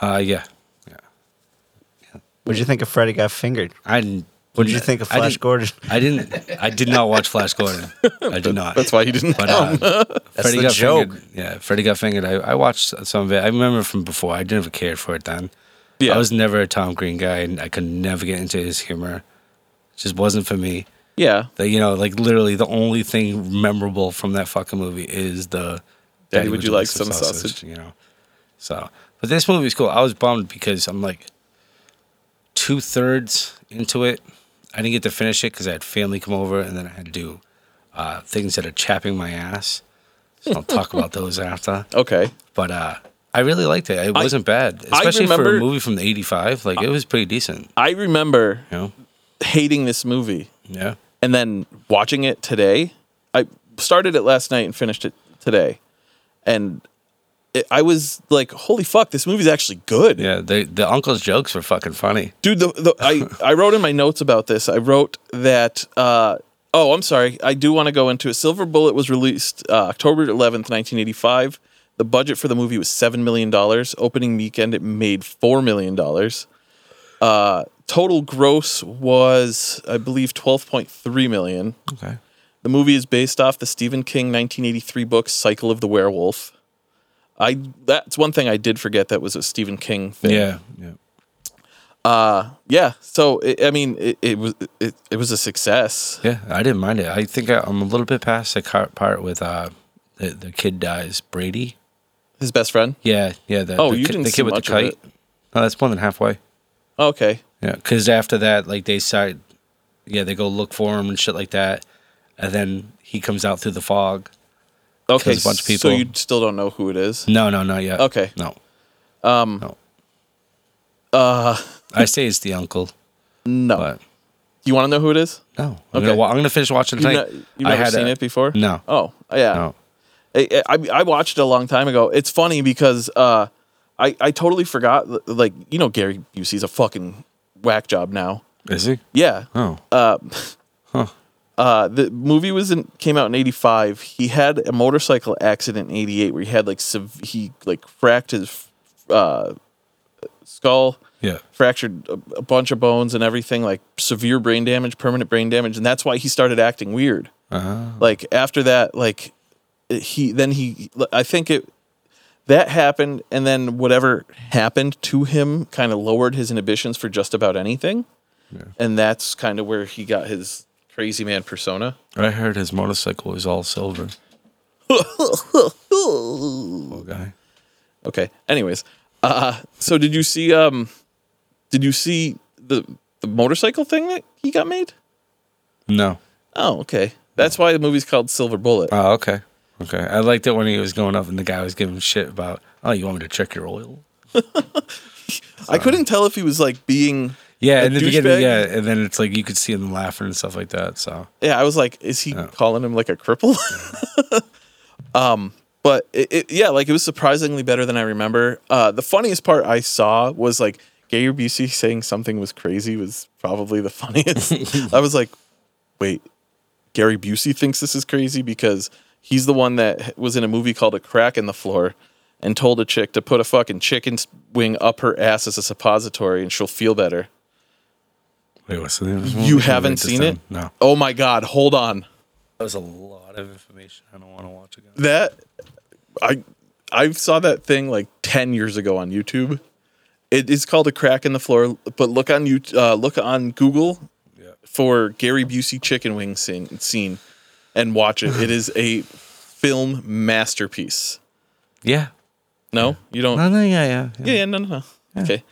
Speaker 2: Uh, yeah, yeah.
Speaker 3: What'd you think of Freddy Got Fingered?
Speaker 2: I didn't.
Speaker 3: What did you think of
Speaker 2: I
Speaker 3: Flash
Speaker 2: didn't-
Speaker 3: Gordon?
Speaker 2: I didn't. I did not watch Flash Gordon. I did not.
Speaker 1: That's why you didn't.
Speaker 2: But uh, Freddy
Speaker 3: the
Speaker 2: got
Speaker 3: joke.
Speaker 2: fingered. Yeah, Freddy got fingered. I, I watched some of it. I remember from before. I never cared for it then.
Speaker 1: Yeah.
Speaker 2: I was never a Tom Green guy, and I could never get into his humor. Just wasn't for me.
Speaker 1: yeah,
Speaker 2: That you know, like literally, the only thing memorable from that fucking movie is the
Speaker 1: Daddy, would you like some sausage?
Speaker 2: You know, so but this movie is cool. I was bummed because I'm like two thirds into it. I didn't get to finish it because I had family come over, and then I had to do uh, things that are chapping my ass. So I'll talk about those after.
Speaker 1: okay.
Speaker 2: But uh, I really liked it. It wasn't bad, especially for
Speaker 1: remember-
Speaker 2: a movie from the '85. Like it was pretty decent.
Speaker 1: I remember
Speaker 2: You know,
Speaker 1: hating this movie
Speaker 2: yeah.
Speaker 1: and then watching it today. I started it last night and finished it today, and it, I was like, "Holy fuck, this movie's actually good."
Speaker 2: Yeah, the the uncle's jokes were fucking funny.
Speaker 1: dude the, the I, I wrote in my notes about this i wrote that uh, oh i'm sorry i do want to go into it silver bullet was released uh, october 11th 1985 the budget for the movie was $7 million opening weekend it made $4 million uh, total gross was i believe 12.3 million
Speaker 2: Okay.
Speaker 1: the movie is based off the Stephen King 1983 book Cycle of the Werewolf. I that's one thing I did forget that was a Stephen King thing.
Speaker 2: Yeah, yeah.
Speaker 1: yeah so it, i mean it, it was it, it was a success
Speaker 2: Yeah, I didn't mind it. I think I, I'm a little bit past the car part with uh, the the kid dies. Brady.
Speaker 1: his best friend
Speaker 2: Yeah, yeah. The,
Speaker 1: Oh,
Speaker 2: the
Speaker 1: you
Speaker 2: kid,
Speaker 1: didn't
Speaker 2: the
Speaker 1: see
Speaker 2: kid with
Speaker 1: much
Speaker 2: the
Speaker 1: of
Speaker 2: kite.
Speaker 1: it.
Speaker 2: No, that's more than halfway.
Speaker 1: okay
Speaker 2: Yeah, because after that, like they start, yeah, they go look for him and shit like that, and then he comes out through the fog.
Speaker 1: okay
Speaker 2: There's a bunch of
Speaker 1: so
Speaker 2: people.
Speaker 1: you still don't know who it is
Speaker 2: No, no, not yet.
Speaker 1: Okay.
Speaker 2: No. Um. No. Uh. I say it's the uncle,
Speaker 1: no
Speaker 2: but
Speaker 1: you want to know who it is
Speaker 2: no. I'm
Speaker 1: Okay.
Speaker 2: gonna wa- I'm gonna finish watching
Speaker 1: you
Speaker 2: tonight.
Speaker 1: you've
Speaker 2: I
Speaker 1: never
Speaker 2: had
Speaker 1: seen
Speaker 2: a-
Speaker 1: it before
Speaker 2: No.
Speaker 1: oh yeah
Speaker 2: No.
Speaker 1: I, I, I watched it a long time ago. It's funny because uh, I, I totally forgot. Like, you know, Gary Busey's a fucking whack job now.
Speaker 2: Is he?
Speaker 1: Yeah.
Speaker 2: Oh.
Speaker 1: Uh, the movie was in, came out in 85. He had a motorcycle accident in 88 where he had like, sev- he like cracked his uh, skull.
Speaker 2: yeah.
Speaker 1: fractured a, a bunch of bones and everything, like severe brain damage, permanent brain damage, and that's why he started acting weird. Like after that, like he then he I think it that happened, and then whatever happened to him kind of lowered his inhibitions for just about anything, and that's kind of where he got his crazy man persona.
Speaker 2: I heard his motorcycle was all silver. Poor guy.
Speaker 1: Okay. Anyways, uh, so did you see um, did you see the the motorcycle thing that he got made?
Speaker 2: No.
Speaker 1: Oh, okay. That's why the movie's called Silver Bullet.
Speaker 2: Oh, okay. Okay. I liked it when he was going up and the guy was giving him shit about, oh, you want me to check your oil?
Speaker 1: I couldn't tell if he was like being
Speaker 2: Yeah,
Speaker 1: a
Speaker 2: in the
Speaker 1: douchebag.
Speaker 2: beginning, yeah, and then it's like you could see him laughing and stuff like that. So
Speaker 1: Yeah, I was like, is he calling him like a cripple? um, but it, it, yeah, like it was surprisingly better than I remember. Uh, the funniest part I saw was like Gary Busey saying something was crazy was probably the funniest. I was like, wait, Gary Busey thinks this is crazy because he's the one that was in a movie called A Crack in the Floor and told a chick to put a fucking chicken wing up her ass as a suppository and she'll feel better.
Speaker 2: wait, what's the name? of this movie?
Speaker 1: You
Speaker 2: Let me
Speaker 1: haven't
Speaker 2: write this
Speaker 1: seen
Speaker 2: down.
Speaker 1: it?
Speaker 2: No,
Speaker 1: Oh my God, hold on.
Speaker 2: that was a lot of information. I don't want to watch again.
Speaker 1: that I I saw that thing like ten years ago on YouTube. It is called a crack in the floor, but look on you uh, look on Google for Gary Busey chicken wing scene, scene and watch it. It is a film masterpiece.
Speaker 2: Yeah,
Speaker 1: No, you don't.
Speaker 2: no, no, yeah, yeah,
Speaker 1: Yeah, yeah, no, no, no. Okay.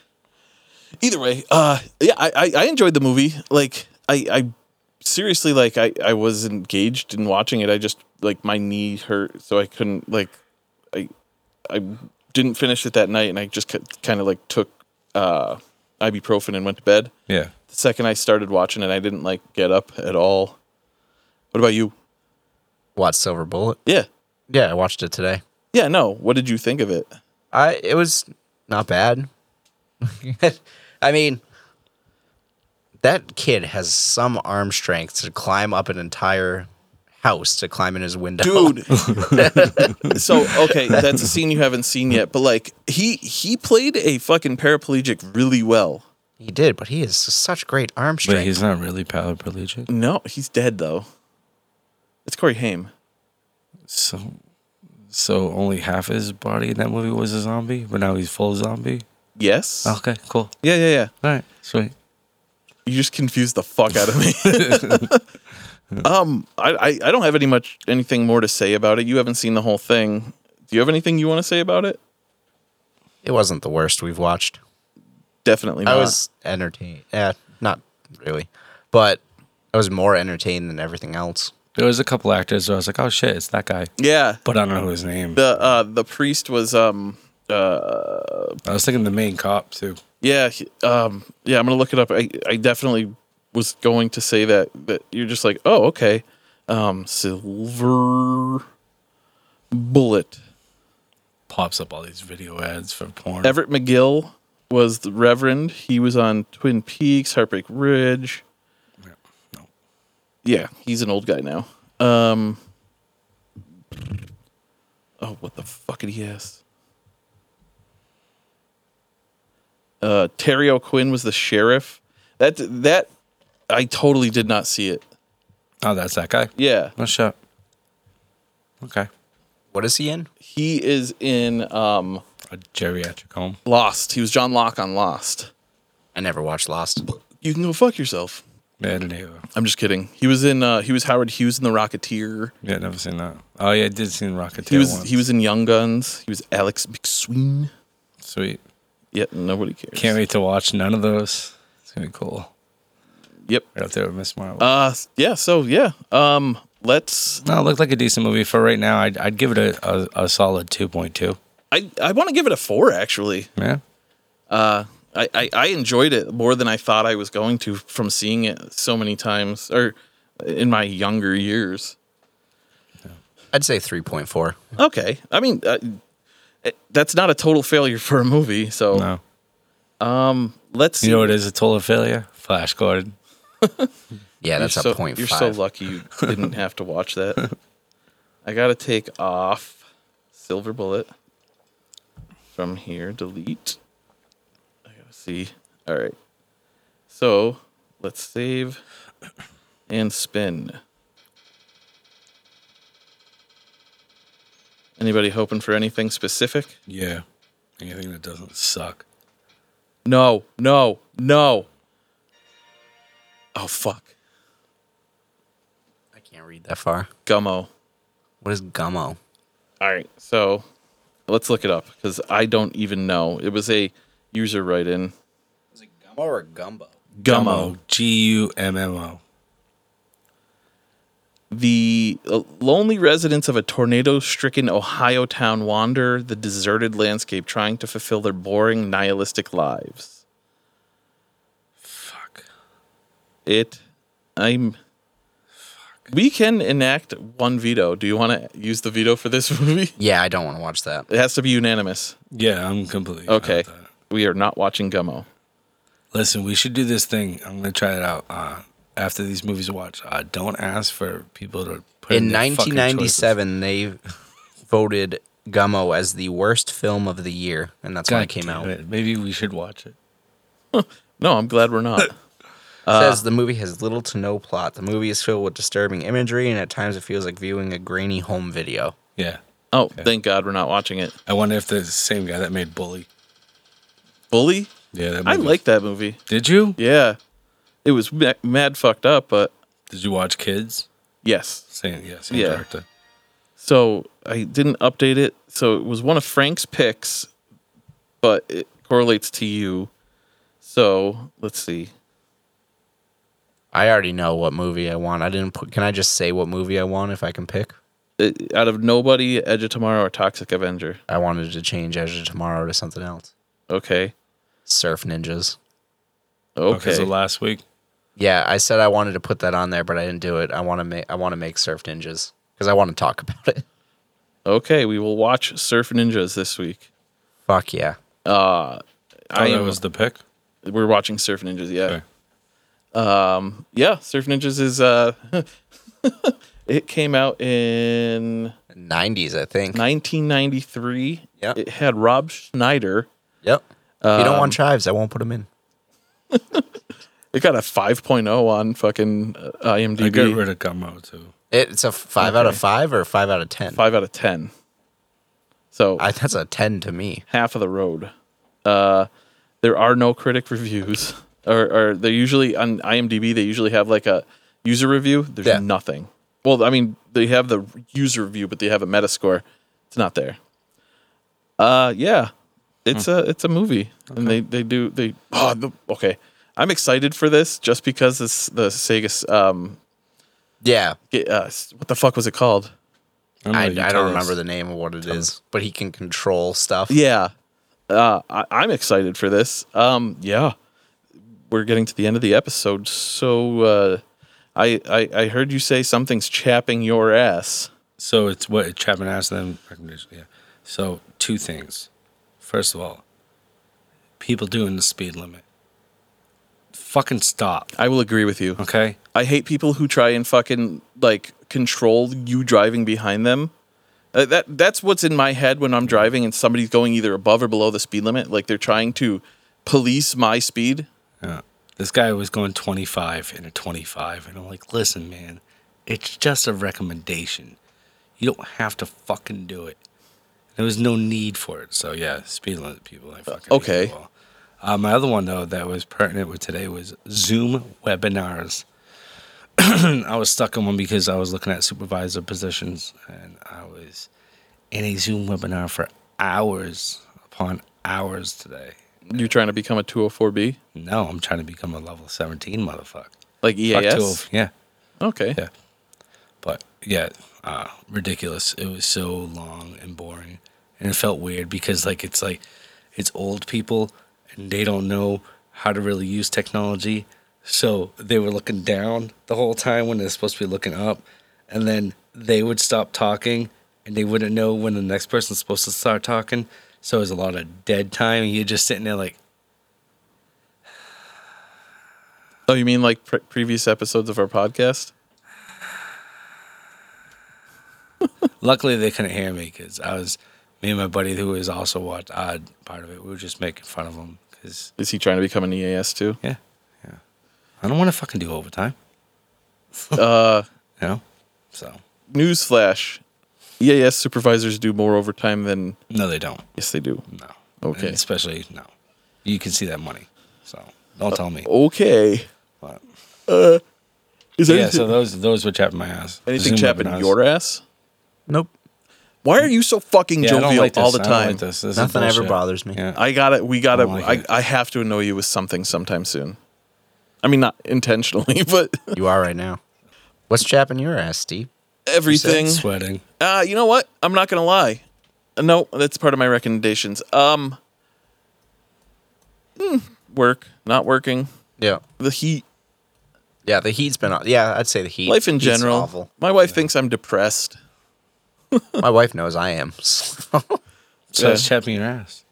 Speaker 1: Either way, uh, yeah, I, I, I enjoyed the movie. Like, I, I seriously, like, I, I was engaged in watching it. I just, like, my knee hurt, so I couldn't, like, I, I didn't finish it that night, and I just kind of, like, took uh, ibuprofen and went to bed.
Speaker 2: yeah.
Speaker 1: The second I started watching it, I didn't, like, get up at all. What about you?
Speaker 3: Watch Silver Bullet.
Speaker 1: Yeah.
Speaker 3: Yeah, I watched it today.
Speaker 1: Yeah, no. What did you think of it?
Speaker 3: I it was not bad. I mean, that kid has some arm strength to climb up an entire house to climb in his window.
Speaker 1: dude. so okay, that's a scene you haven't seen yet, but like he he played a fucking paraplegic really well.
Speaker 3: he did, but he has such great arm
Speaker 2: But
Speaker 3: strength.
Speaker 2: he's not really paraplegic.
Speaker 1: No, he's dead though. It's Corey Haim.
Speaker 2: So, so only half his body in that movie was a zombie, but now he's full zombie.
Speaker 1: Yes.
Speaker 3: Oh.
Speaker 2: Okay, cool.
Speaker 1: Yeah, yeah, yeah.
Speaker 2: All right, sweet.
Speaker 1: You just confused the fuck out of me. um, I, I I don't have any much anything more to say about it. You haven't seen the whole thing. Do you have anything you want to say about it?
Speaker 3: it wasn't the worst we've watched.
Speaker 1: Definitely not.
Speaker 3: I was entertained. Yeah, not really, but I was more entertained than everything else.
Speaker 2: There was a couple actors where I was like, oh shit, it's that guy,
Speaker 1: yeah.
Speaker 2: but I don't know his name.
Speaker 1: The uh the priest was um
Speaker 2: I was thinking the main cop too.
Speaker 1: Yeah, he- um, yeah, I'm gonna look it up. I, I definitely was going to say that that you're just like, oh, okay, um, silver bullet.
Speaker 2: Pops up all these video ads for porn.
Speaker 1: Everett McGill was the Reverend. He was on Twin Peaks, Heartbreak Ridge.
Speaker 2: no.
Speaker 1: Yeah, he's an old guy now. Um, oh, what the fuck did he ask? Uh, Terry O'Quinn was the sheriff. That that I totally did not see it.
Speaker 2: oh, that's that guy.
Speaker 1: Yeah,
Speaker 2: No shot. Okay.
Speaker 3: What is he in?
Speaker 1: he is in um,
Speaker 2: A geriatric home.
Speaker 1: Lost. He was John Locke on Lost.
Speaker 3: I never watched Lost.
Speaker 1: You can go fuck yourself.
Speaker 2: Yeah, I didn't either.
Speaker 1: I'm just kidding. He was in. Uh, he was Howard Hughes in The Rocketeer.
Speaker 2: Yeah, never seen that. Oh yeah, I did see Rocketeer.
Speaker 1: He was
Speaker 2: once.
Speaker 1: he was in Young Guns. He was Alex McSween.
Speaker 2: sweet.
Speaker 1: Yeah, nobody cares.
Speaker 2: Can't wait to watch none of those. It's gonna be cool.
Speaker 1: Yep.
Speaker 2: Right up there with Miss Marvel.
Speaker 1: Uh, yeah. So yeah. Um, let's.
Speaker 2: no, it looked like a decent movie for right now. I'd, I'd give it a, a, a solid two point two.
Speaker 1: I I want to give it a four actually.
Speaker 2: Yeah.
Speaker 1: I, I I enjoyed it more than I thought I was going to from seeing it so many times or in my younger years.
Speaker 3: I'd say three point four.
Speaker 1: Okay. I mean, uh, it, that's not a total failure for a movie. So
Speaker 2: No.
Speaker 1: let's. See.
Speaker 2: You know what is a total failure? Flash Gordon.
Speaker 3: Yeah, that's
Speaker 1: you're
Speaker 3: a
Speaker 1: so,
Speaker 3: point
Speaker 1: You're
Speaker 3: five.
Speaker 1: so lucky you didn't have to watch that. I gotta take off Silver Bullet from here. Delete. I gotta see. All right. So let's save and spin. Anybody hoping for anything specific?
Speaker 2: Yeah. Anything that doesn't suck.
Speaker 1: No, no, no. Oh fuck,
Speaker 3: I can't read that far.
Speaker 1: Gummo.
Speaker 3: What is gummo?
Speaker 1: All right, so let's look it up because I don't even know. It was a user write-in.
Speaker 3: Is it gummo or gumbo?
Speaker 1: Gummo.
Speaker 2: G U M M O.
Speaker 1: The uh, lonely residents of a tornado stricken Ohio town wander the deserted landscape trying to fulfill their boring, nihilistic lives.
Speaker 2: Fuck.
Speaker 1: It, I'm. We can enact one veto. Do you want to use the veto for this movie?
Speaker 3: Yeah, I don't want to watch that.
Speaker 1: It has to be unanimous.
Speaker 2: Yeah, I'm completely fine
Speaker 1: Okay.
Speaker 2: with that.
Speaker 1: We are not watching Gummo.
Speaker 2: Listen, we should do this thing. I'm gonna try it out uh, after these movies are watched. Uh, don't ask for people to put
Speaker 3: In
Speaker 2: their fucking choices.
Speaker 3: 1997, they voted Gummo as the worst film of the year, and that's when
Speaker 2: God
Speaker 3: it came out.
Speaker 2: damn it. Maybe we should watch it.
Speaker 1: No, I'm glad we're not.
Speaker 3: says the movie has little to no plot. The movie is filled with disturbing imagery, and at times it feels like viewing a grainy home video.
Speaker 2: Yeah.
Speaker 1: Oh, thank God we're not watching it.
Speaker 2: I wonder if the same guy that made Bully.
Speaker 1: Bully?
Speaker 2: Yeah, that
Speaker 1: I
Speaker 2: movie-
Speaker 1: like that movie.
Speaker 2: Did you?
Speaker 1: Yeah. It was ma- mad fucked up, but
Speaker 2: Did you watch Kids?
Speaker 1: yes.
Speaker 2: Same, yeah, same
Speaker 1: Yeah.
Speaker 2: director.
Speaker 1: So I didn't update it. So it was one of Frank's picks, but it correlates to you. So let's see.
Speaker 3: I already know what movie I want. I didn't put. Can I just say what movie I want if I can pick?
Speaker 1: Uh, out of nobody, Edge of Tomorrow or Toxic Avenger.
Speaker 3: I wanted to change Edge of Tomorrow to something else.
Speaker 1: Okay.
Speaker 3: Surf Ninjas.
Speaker 1: Okay.
Speaker 2: Okay. So last week.
Speaker 3: Yeah, I said I wanted to put that on there, but I didn't do it. I want to make I want to make Surf Ninjas because I want to talk about it.
Speaker 1: okay. We will watch Surf Ninjas this week. Uh,
Speaker 3: Fuck yeah.
Speaker 2: Oh,
Speaker 1: I
Speaker 2: that
Speaker 1: am-
Speaker 2: was the pick.
Speaker 1: We're watching Surf Ninjas. Yeah.
Speaker 2: Okay.
Speaker 1: Um. Yeah. Surf Ninjas is uh. it came out in
Speaker 3: 90s, I think.
Speaker 1: 1993.
Speaker 3: Yep.
Speaker 1: It had Rob Schneider.
Speaker 3: Yep. if you don't
Speaker 2: Um,
Speaker 3: want chives, I won't put them in.
Speaker 1: It got a 5.0 on fucking uh, IMDb.
Speaker 2: I got rid of Gummo too.
Speaker 3: It's a five out of five or five out of ten.
Speaker 1: five out of ten. So
Speaker 3: I, that's a ten to me.
Speaker 1: half of the road. Uh, there are no critic reviews, or, or they usually on IMDb they usually have like a user review. There's
Speaker 3: Yeah.
Speaker 1: nothing. Well, I mean they have the user review, but they have a Metascore. It's not there. Uh, yeah, it's a it's a movie, and they they do they. Oh, the, okay, I'm excited for this just because this the Sega um
Speaker 3: Yeah,
Speaker 1: ge- uh, s- what the fuck was it called?
Speaker 3: I,
Speaker 2: you
Speaker 3: I
Speaker 2: tell
Speaker 3: don't
Speaker 2: us.
Speaker 3: remember the name of what it is, but he can control stuff.
Speaker 1: Yeah. Uh, I, I'm excited for this. Um, yeah. We're getting to the end of the episode. So uh, I, I I heard you say something's chapping your ass.
Speaker 2: So it's what Chapman asked them recommendation. Yeah. So two things. First of all, people doing the speed limit. Fucking stop.
Speaker 1: I will agree with you.
Speaker 2: Okay.
Speaker 1: I hate people who try and fucking like control you driving behind them. Uh, that that's what's in my head when I'm driving and somebody's going either above or below the speed limit. Like they're trying to police my speed.
Speaker 2: Yeah. This guy was going 25 and a 25, and I'm like, listen, man, it's just a recommendation. You don't have to fucking do it. There was no need for it. So yeah, speed limit people. I fucking hate
Speaker 1: okay.
Speaker 2: you all. Uh, my other one though that was pertinent with today was Zoom webinars. I was stuck on one because I was looking at supervisor positions and I was in a Zoom webinar for hours upon hours today.
Speaker 1: You're trying to become a 204B,
Speaker 2: No, I'm trying to become a level 17 motherfucker.
Speaker 1: like
Speaker 2: Fuck
Speaker 1: EAS.
Speaker 2: 12, Yeah.
Speaker 1: Okay.
Speaker 2: Yeah. But yeah, uh, ridiculous. It was so long and boring. And it felt weird because like it's like it's old people and they don't know how to really use technology. So they were looking down the whole time when they're supposed to be looking up. And then they would stop talking and they wouldn't know when the next person's supposed to start talking. So it was a lot of dead time. And you're just sitting there like,
Speaker 1: Oh, you mean like pre- previous episodes of our podcast?
Speaker 2: Luckily, they couldn't hear me because I was me and my buddy who was also watch, uh, part of it. We were just making fun of him because
Speaker 1: Is he trying to become an EAS too?
Speaker 2: yeah, yeah. I don't want to fucking do overtime. uh, you know, so
Speaker 1: Newsflash: EAS supervisors do more overtime than
Speaker 2: No, they don't.
Speaker 1: yes they do.
Speaker 2: No.
Speaker 1: Okay.
Speaker 2: And especially no. You can see that money. So don't tell me.
Speaker 1: Okay.
Speaker 2: But-
Speaker 1: Is Uh, there
Speaker 2: yeah.
Speaker 1: anything,
Speaker 2: So those those were chapping my ass.
Speaker 1: anything
Speaker 2: Zoom
Speaker 1: chapping
Speaker 2: webinars.
Speaker 1: your ass?
Speaker 3: Nope.
Speaker 1: Why are you so fucking
Speaker 2: Yeah, I
Speaker 1: jovial
Speaker 2: don't like this.
Speaker 1: all the
Speaker 2: I don't
Speaker 1: time?
Speaker 2: like this. This is
Speaker 3: Nothing ever
Speaker 2: bullshit.
Speaker 3: bothers me.
Speaker 2: Yeah.
Speaker 1: I gotta, we gotta, I,
Speaker 2: don't like it.
Speaker 1: I, have to annoy you with something sometime soon. I mean, not intentionally, but
Speaker 3: You are right now. What's chapping your ass, Steve?
Speaker 1: everything.
Speaker 2: Sweating.
Speaker 1: Uh, you know what? I'm not gonna lie. Uh, No, that's part of my recommendations. Um, mm, work, not working,
Speaker 3: Yeah.
Speaker 1: the heat,
Speaker 3: Yeah, the heat's been. aw- Yeah, I'd say the heat.
Speaker 1: life in
Speaker 3: Heat's
Speaker 1: general.
Speaker 3: Awful.
Speaker 1: My wife thinks I'm depressed.
Speaker 3: My wife knows I am.
Speaker 2: So that's
Speaker 1: Yeah.
Speaker 2: chapping your ass.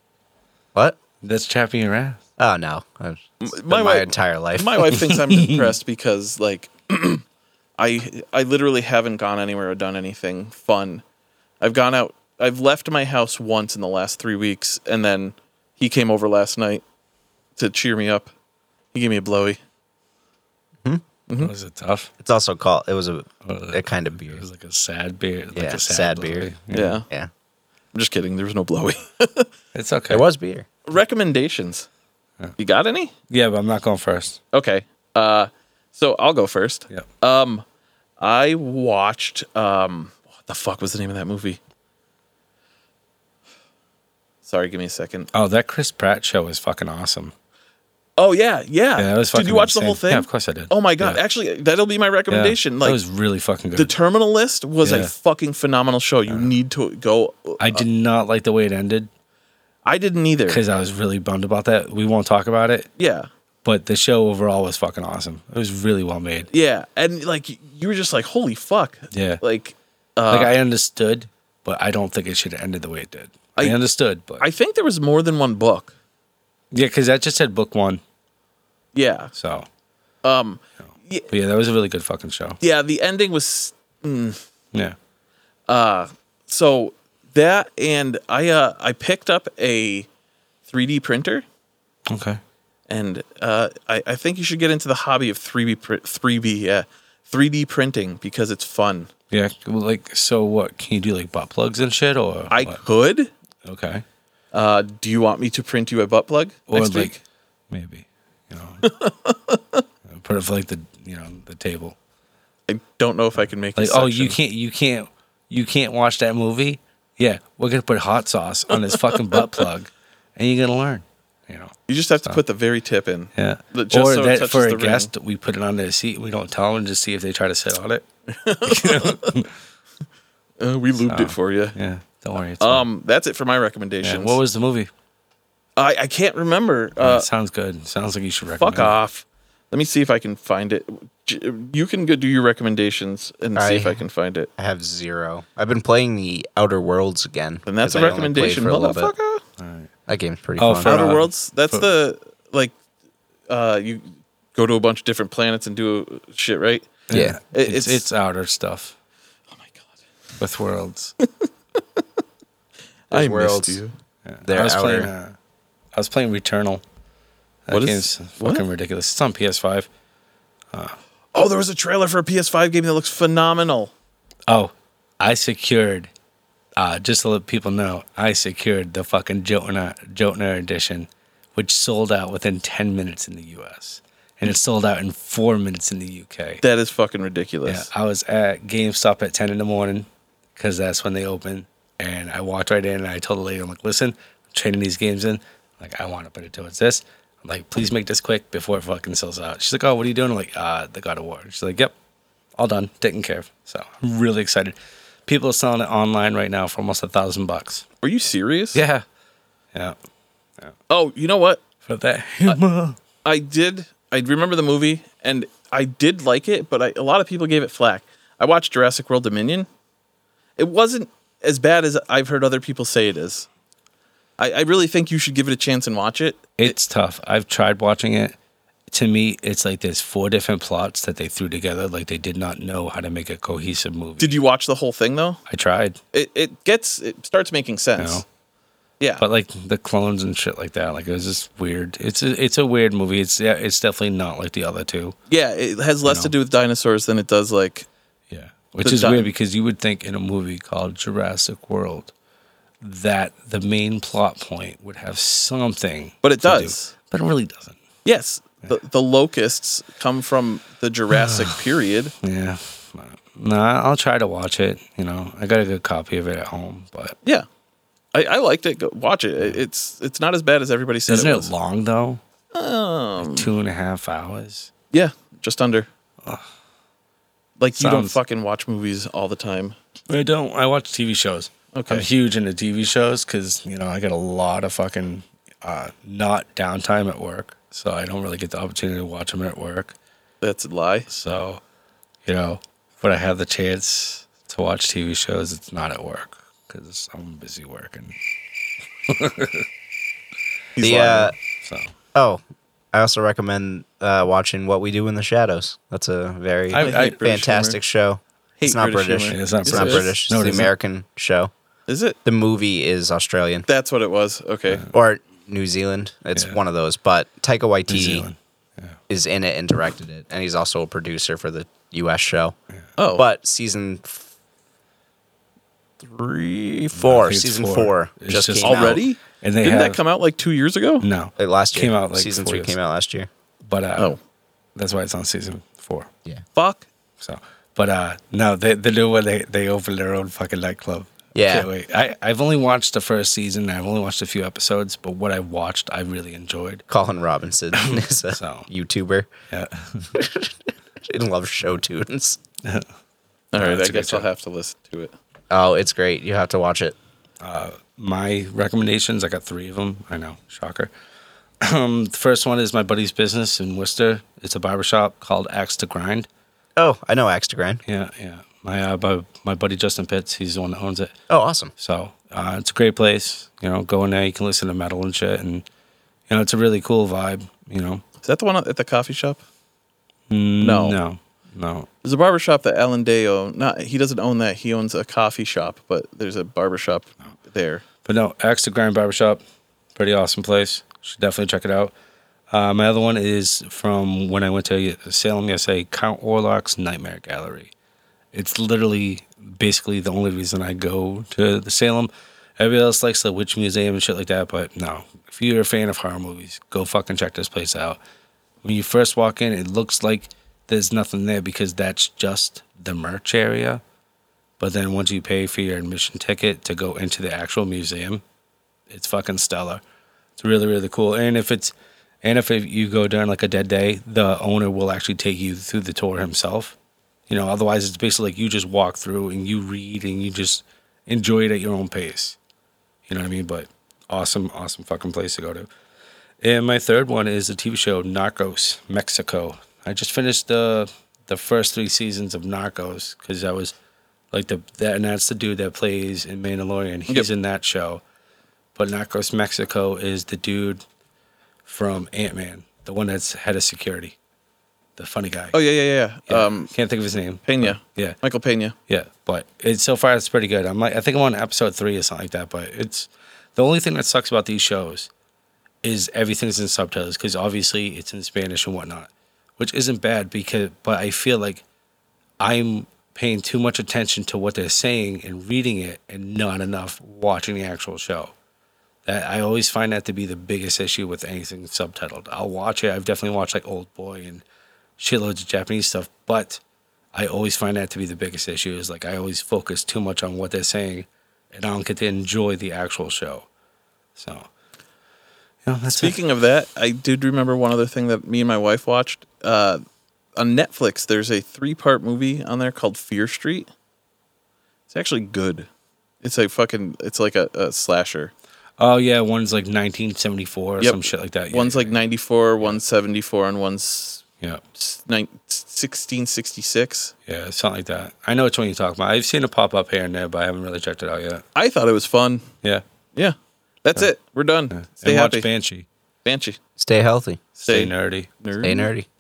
Speaker 3: what?
Speaker 2: That's chapping your ass.
Speaker 3: Oh no. My,
Speaker 1: my
Speaker 3: my
Speaker 1: wife-
Speaker 3: entire life.
Speaker 1: My wife thinks I'm depressed because like I I literally haven't gone anywhere or done anything fun. I've gone out I've left my house once in the last 3 weeks and then he came over last night to cheer me up. He gave me a blowy. Mm-hmm.
Speaker 2: Was it tough?
Speaker 3: It's also called. It was a,
Speaker 2: Uh,
Speaker 3: a kind of
Speaker 2: It
Speaker 3: beer.
Speaker 2: was like a sad beer. Like
Speaker 3: Yeah,
Speaker 2: a sad,
Speaker 3: sad
Speaker 2: little
Speaker 3: beer.
Speaker 1: Yeah.
Speaker 3: Yeah,
Speaker 1: I'm just kidding. There was no blowy.
Speaker 2: It's okay.
Speaker 3: it was beer.
Speaker 1: Recommendations. You got any?
Speaker 2: Yeah, but I'm not going first.
Speaker 1: Okay. Uh so I'll go first.
Speaker 2: Yeah.
Speaker 1: Um I watched um what the fuck was the name of that movie? Sorry, give me a second.
Speaker 2: Oh, that Chris Pratt show was fucking awesome.
Speaker 1: Oh yeah, yeah.
Speaker 2: Yeah, that was
Speaker 1: did you
Speaker 2: fucking
Speaker 1: watch the
Speaker 2: insane.
Speaker 1: whole thing?
Speaker 2: Yeah, of course I did.
Speaker 1: Oh my god.
Speaker 2: Yeah.
Speaker 1: Actually, that'll be my
Speaker 2: Yeah,
Speaker 1: recommendation.
Speaker 2: that
Speaker 1: like
Speaker 2: was really fucking
Speaker 1: The
Speaker 2: good.
Speaker 1: Terminal List was a
Speaker 2: Yeah.
Speaker 1: fucking phenomenal show. You need to go
Speaker 2: I did not like the way it ended
Speaker 1: I didn't either.
Speaker 2: because I was really bummed about that. We won't talk about it,
Speaker 1: Yeah.
Speaker 2: but the show overall was fucking awesome. It was really well made.
Speaker 1: Yeah. And like you were just like, holy fuck.
Speaker 2: Yeah.
Speaker 1: Like
Speaker 2: like I understood, but I don't think it should have ended the way it did. I,
Speaker 1: I-
Speaker 2: understood, but
Speaker 1: I think there was more than one book.
Speaker 2: yeah, because that just said book one.
Speaker 1: Yeah.
Speaker 2: So, um,
Speaker 1: yeah.
Speaker 2: but yeah, that was a really good fucking show.
Speaker 1: Yeah, the ending was
Speaker 2: Yeah,
Speaker 1: so that and I uh I picked up a 3D printer
Speaker 2: okay.
Speaker 1: and uh I, I think you should get into the hobby of 3D pr- 3B yeah 3D printing because it's fun.
Speaker 2: Yeah, like so. What can you do? Like butt plugs and shit, or
Speaker 1: I
Speaker 2: what?
Speaker 1: could.
Speaker 2: okay,
Speaker 1: Uh, do you want me to print you a butt plug
Speaker 2: or
Speaker 1: next
Speaker 2: like
Speaker 1: week?
Speaker 2: maybe you know, put it for like the you know the table.
Speaker 1: I don't know if I can make. a
Speaker 2: Like, oh, you
Speaker 1: section.
Speaker 2: can't, you can't, you can't watch that movie. Yeah, we're gonna put hot sauce on this fucking butt plug, and you're gonna learn. You know,
Speaker 1: You just have to put the very tip in.
Speaker 2: Oh. yeah.
Speaker 1: The- just
Speaker 2: or
Speaker 1: so it
Speaker 2: that
Speaker 1: touches
Speaker 2: for
Speaker 1: the
Speaker 2: a
Speaker 1: ring.
Speaker 2: guest, we put it on their seat. We don't tell them to see if they try to sit on it.
Speaker 1: Uh, we lubed it for you.
Speaker 2: Oh. Yeah, don't worry. It's fine.
Speaker 1: Um, that's it for my
Speaker 2: Yeah,
Speaker 1: recommendations.
Speaker 2: What was the movie?
Speaker 1: I? I can't remember.
Speaker 2: Yeah,
Speaker 1: Uh,
Speaker 2: sounds good. Sounds like you should recommend.
Speaker 1: fuck
Speaker 2: it.
Speaker 1: off. Let me see if I can find it. J- You can go do your recommendations and see
Speaker 3: I-
Speaker 1: if I can find it.
Speaker 3: I have zero. I've been playing the Outer Worlds again.
Speaker 1: And that's
Speaker 3: 'cause
Speaker 1: a
Speaker 3: I only played
Speaker 1: recommendation,
Speaker 3: for a little bit.
Speaker 1: motherfucker.
Speaker 3: That game's pretty
Speaker 2: Oh,
Speaker 3: fun.
Speaker 2: for-
Speaker 1: Outer
Speaker 2: Uh,
Speaker 1: Worlds. That's
Speaker 2: for-
Speaker 1: the like. Uh, you go to a bunch of different planets and do shit, right?
Speaker 3: yeah.
Speaker 1: It-
Speaker 2: It's,
Speaker 1: it's-
Speaker 2: it's outer stuff
Speaker 1: Oh my god.
Speaker 2: with worlds.
Speaker 1: I
Speaker 3: There's
Speaker 1: missed
Speaker 3: worlds.
Speaker 1: you.
Speaker 3: They're
Speaker 2: I was playing.
Speaker 3: outer.
Speaker 2: Uh, I was playing Returnal. That
Speaker 1: What is-
Speaker 2: game's
Speaker 1: what?
Speaker 2: fucking ridiculous. It's on PS5.
Speaker 1: Oh, there was a trailer for a PS5 game that looks phenomenal.
Speaker 2: Oh, I secured. Uh, just to let people know, I secured the fucking Jotner Jotner edition, which sold out within ten minutes in the U.S. and it sold out in four minutes in the U.K.
Speaker 1: That is fucking
Speaker 2: Yeah,
Speaker 1: ridiculous.
Speaker 2: I was at GameStop at 10 in the morning because that's when they open. And I walked right in and I told the lady, I'm like, listen, I'm trading these games in. Like, I want to put it towards this. I'm like, please make this quick before it fucking sells out. She's like, oh, what are you doing? I'm like, uh, the God of War. She's like, yep, all done, taken care of. So I'm really excited. People are selling it online right now for almost a thousand bucks.
Speaker 1: Are you serious?
Speaker 2: Yeah. Yeah.
Speaker 1: Oh, you know what?
Speaker 2: For that hammer.
Speaker 1: I did. I remember the movie, and I did like it, but I, a lot of people gave it flack. I watched Jurassic World Dominion. It wasn't as bad as I've heard other people say it is. I, I really think you should give it a chance and watch it.
Speaker 2: It's tough. I've tried watching it. To me, it's like there's four different plots that they threw together. Like they did not know how to make a cohesive movie.
Speaker 1: Did you watch the whole thing though?
Speaker 2: I tried,
Speaker 1: It it gets it starts making
Speaker 2: you
Speaker 1: sense.
Speaker 2: know,
Speaker 1: Yeah.
Speaker 2: but like the clones and shit like that. Like it was just weird. It's a, it's a weird movie. It's yeah, it's definitely not like the other two.
Speaker 1: yeah, it has less to do with dinosaurs than it does like
Speaker 2: Yeah, which
Speaker 1: The
Speaker 2: is
Speaker 1: du-
Speaker 2: weird because you would think in a movie called Jurassic World that the main plot point would have something,
Speaker 1: But it
Speaker 2: to do.
Speaker 1: does.
Speaker 2: but it really doesn't.
Speaker 1: Yes, the, the locusts come from the Jurassic period.
Speaker 2: Yeah, no, I- I'll try to watch it. You know, I got a good copy of it at home, but
Speaker 1: Yeah, I, I liked it. Go watch it. It- It's it's not as bad as everybody said
Speaker 2: isn't
Speaker 1: it
Speaker 2: it,
Speaker 1: was.
Speaker 2: long though? Um, two and a half hours.
Speaker 1: Yeah, just under. Like you don't
Speaker 2: Sounds-
Speaker 1: fucking watch movies all the time.
Speaker 2: I don't. I watch TV shows.
Speaker 1: Okay.
Speaker 2: I'm huge into TV shows because you know I get a lot of fucking uh, not downtime at work, so I don't really get the opportunity to watch them at work.
Speaker 1: That's a lie.
Speaker 2: So, you know, when I have the chance to watch TV shows, it's not at work because I'm busy working.
Speaker 1: He's
Speaker 3: the
Speaker 1: lying.
Speaker 3: uh,
Speaker 2: So,
Speaker 3: oh, I also recommend uh, watching What We Do in the Shadows. That's a very
Speaker 2: I- I-
Speaker 1: British
Speaker 3: fantastic show.
Speaker 1: Hate
Speaker 3: it's not
Speaker 1: British
Speaker 3: British.
Speaker 1: humor.
Speaker 2: It's not
Speaker 3: It's not
Speaker 1: British.
Speaker 3: British.
Speaker 2: No,
Speaker 3: it's
Speaker 2: it
Speaker 3: the
Speaker 2: isn't.
Speaker 3: American show.
Speaker 1: is it?
Speaker 3: The movie is Australian
Speaker 1: That's what it was. Okay.
Speaker 2: Uh,
Speaker 3: or New Zealand. It's
Speaker 2: Yeah.
Speaker 3: one of those. But Taika Waititi
Speaker 2: Zealand.
Speaker 3: is in it and directed it, and he's also a producer for the U.S. show.
Speaker 1: Oh,
Speaker 3: But season
Speaker 1: three,
Speaker 3: four,
Speaker 2: I think it's
Speaker 3: season
Speaker 2: four.
Speaker 3: four,
Speaker 2: It's
Speaker 3: just,
Speaker 2: just
Speaker 3: came
Speaker 1: already.
Speaker 2: And they
Speaker 1: didn't
Speaker 2: have-
Speaker 1: that come out like two years ago?
Speaker 2: no,
Speaker 3: out. Like, last year
Speaker 2: came out like
Speaker 3: season
Speaker 2: four
Speaker 3: three
Speaker 2: years.
Speaker 3: came out last year.
Speaker 2: but uh,
Speaker 1: Oh,
Speaker 2: that's why it's on season four.
Speaker 3: Yeah,
Speaker 1: fuck.
Speaker 2: So, but uh, no, they, the new one they they opened their own fucking nightclub.
Speaker 3: Yeah.
Speaker 2: Can't wait. I I've only watched the first season. I've only watched a few episodes, but what I watched, I really enjoyed.
Speaker 3: Colin Robinson is a
Speaker 2: So.
Speaker 3: YouTuber
Speaker 2: Yeah,
Speaker 3: and loves show tunes.
Speaker 1: All right, I
Speaker 2: that's a good
Speaker 1: guess I'll
Speaker 2: show.
Speaker 1: have to listen to it.
Speaker 3: Oh, it's great. You have to watch it.
Speaker 2: my recommendations. I got three of them. I know, shocker. Um, the first one is my buddy's business in Worcester. It's a barbershop called Axe to Grind.
Speaker 3: Oh, I know Axe to Grind.
Speaker 2: Yeah, yeah. My uh, bu- my buddy Justin Pitts. He's the one that owns it.
Speaker 3: Oh, awesome.
Speaker 2: So uh, it's a great place. You know, go in there. You can listen to metal and shit, and you know, it's a really cool vibe. You know,
Speaker 1: Is that the one at the coffee shop? No.
Speaker 2: no, no.
Speaker 1: There's a barber shop that Alan Day own. Not he doesn't own that. He owns a coffee shop, but there's a barber shop
Speaker 2: Oh.
Speaker 1: there.
Speaker 2: But no, Axe to Grind Barbershop, pretty awesome place. Should definitely check it out. Uh, my other one is from when I went to Salem USA, Count Orlok's Nightmare Gallery. It's literally basically the only reason I go to the Salem. Everybody else likes the Witch Museum and shit like that, but no. If you're a fan of horror movies, go fucking check this place out. When you first walk in, it looks like there's nothing there because that's just the merch area. But then once you pay for your admission ticket to go into the actual museum, it's fucking stellar. It's really really cool. And if it's and if you go during like a dead day, the owner will actually take you through the tour himself. You know, otherwise it's basically like you just walk through and you read and you just enjoy it at your own pace. You know what I mean? But awesome, awesome fucking place to go to. And my third one is the TV show Narcos Mexico. I just finished the the first three seasons of Narcos because I was like the that, and that's the dude that plays in Mandalorian. He's
Speaker 1: Yep.
Speaker 2: in that show. But Narcos Mexico is the dude from Ant Man, the one that's head of security, the funny guy.
Speaker 1: Oh yeah, yeah, yeah. yeah.
Speaker 2: Yeah,
Speaker 1: Um,
Speaker 2: can't think of his name.
Speaker 1: Pena.
Speaker 2: Yeah.
Speaker 1: Michael Pena.
Speaker 2: Yeah, but it's so far it's pretty good. I'm like I think I'm on episode three or something like that. But it's the only thing that sucks about these shows is everything's in subtitles because obviously it's in Spanish and whatnot, which isn't bad because but I feel like I'm paying too much attention to what they're saying and reading it and not enough watching the actual show. That I always find that to be the biggest issue with anything subtitled. I'll watch it. I've definitely watched like Old Boy and shitloads of Japanese stuff, but I always find that to be the biggest issue is like I always focus too much on what they're saying and I don't get to enjoy the actual show. So you know, that's it.
Speaker 1: Speaking of that, I did remember one other thing that me and my wife watched. Uh, on Netflix, there's a three part movie on there called Fear Street. It's actually good. It's like fucking. It's like a, a slasher.
Speaker 2: Oh yeah, one's like nineteen seventy four or
Speaker 1: Yep.
Speaker 2: some shit like that. Yeah,
Speaker 1: One's
Speaker 2: yeah,
Speaker 1: like 94, one's 74, and one's
Speaker 2: yeah.
Speaker 1: s- nine- 1666.
Speaker 2: Yeah, something like that. I know which one you're talking about. I've seen it pop up here and there, but I haven't really checked it out yet.
Speaker 1: I thought it was fun.
Speaker 2: Yeah.
Speaker 1: Yeah. That's it. We're done. Stay
Speaker 2: and
Speaker 1: happy.
Speaker 2: watch Banshee.
Speaker 1: Banshee.
Speaker 3: Stay healthy.
Speaker 2: Stay,
Speaker 1: Stay
Speaker 2: nerdy.
Speaker 1: nerd.
Speaker 3: Stay nerdy.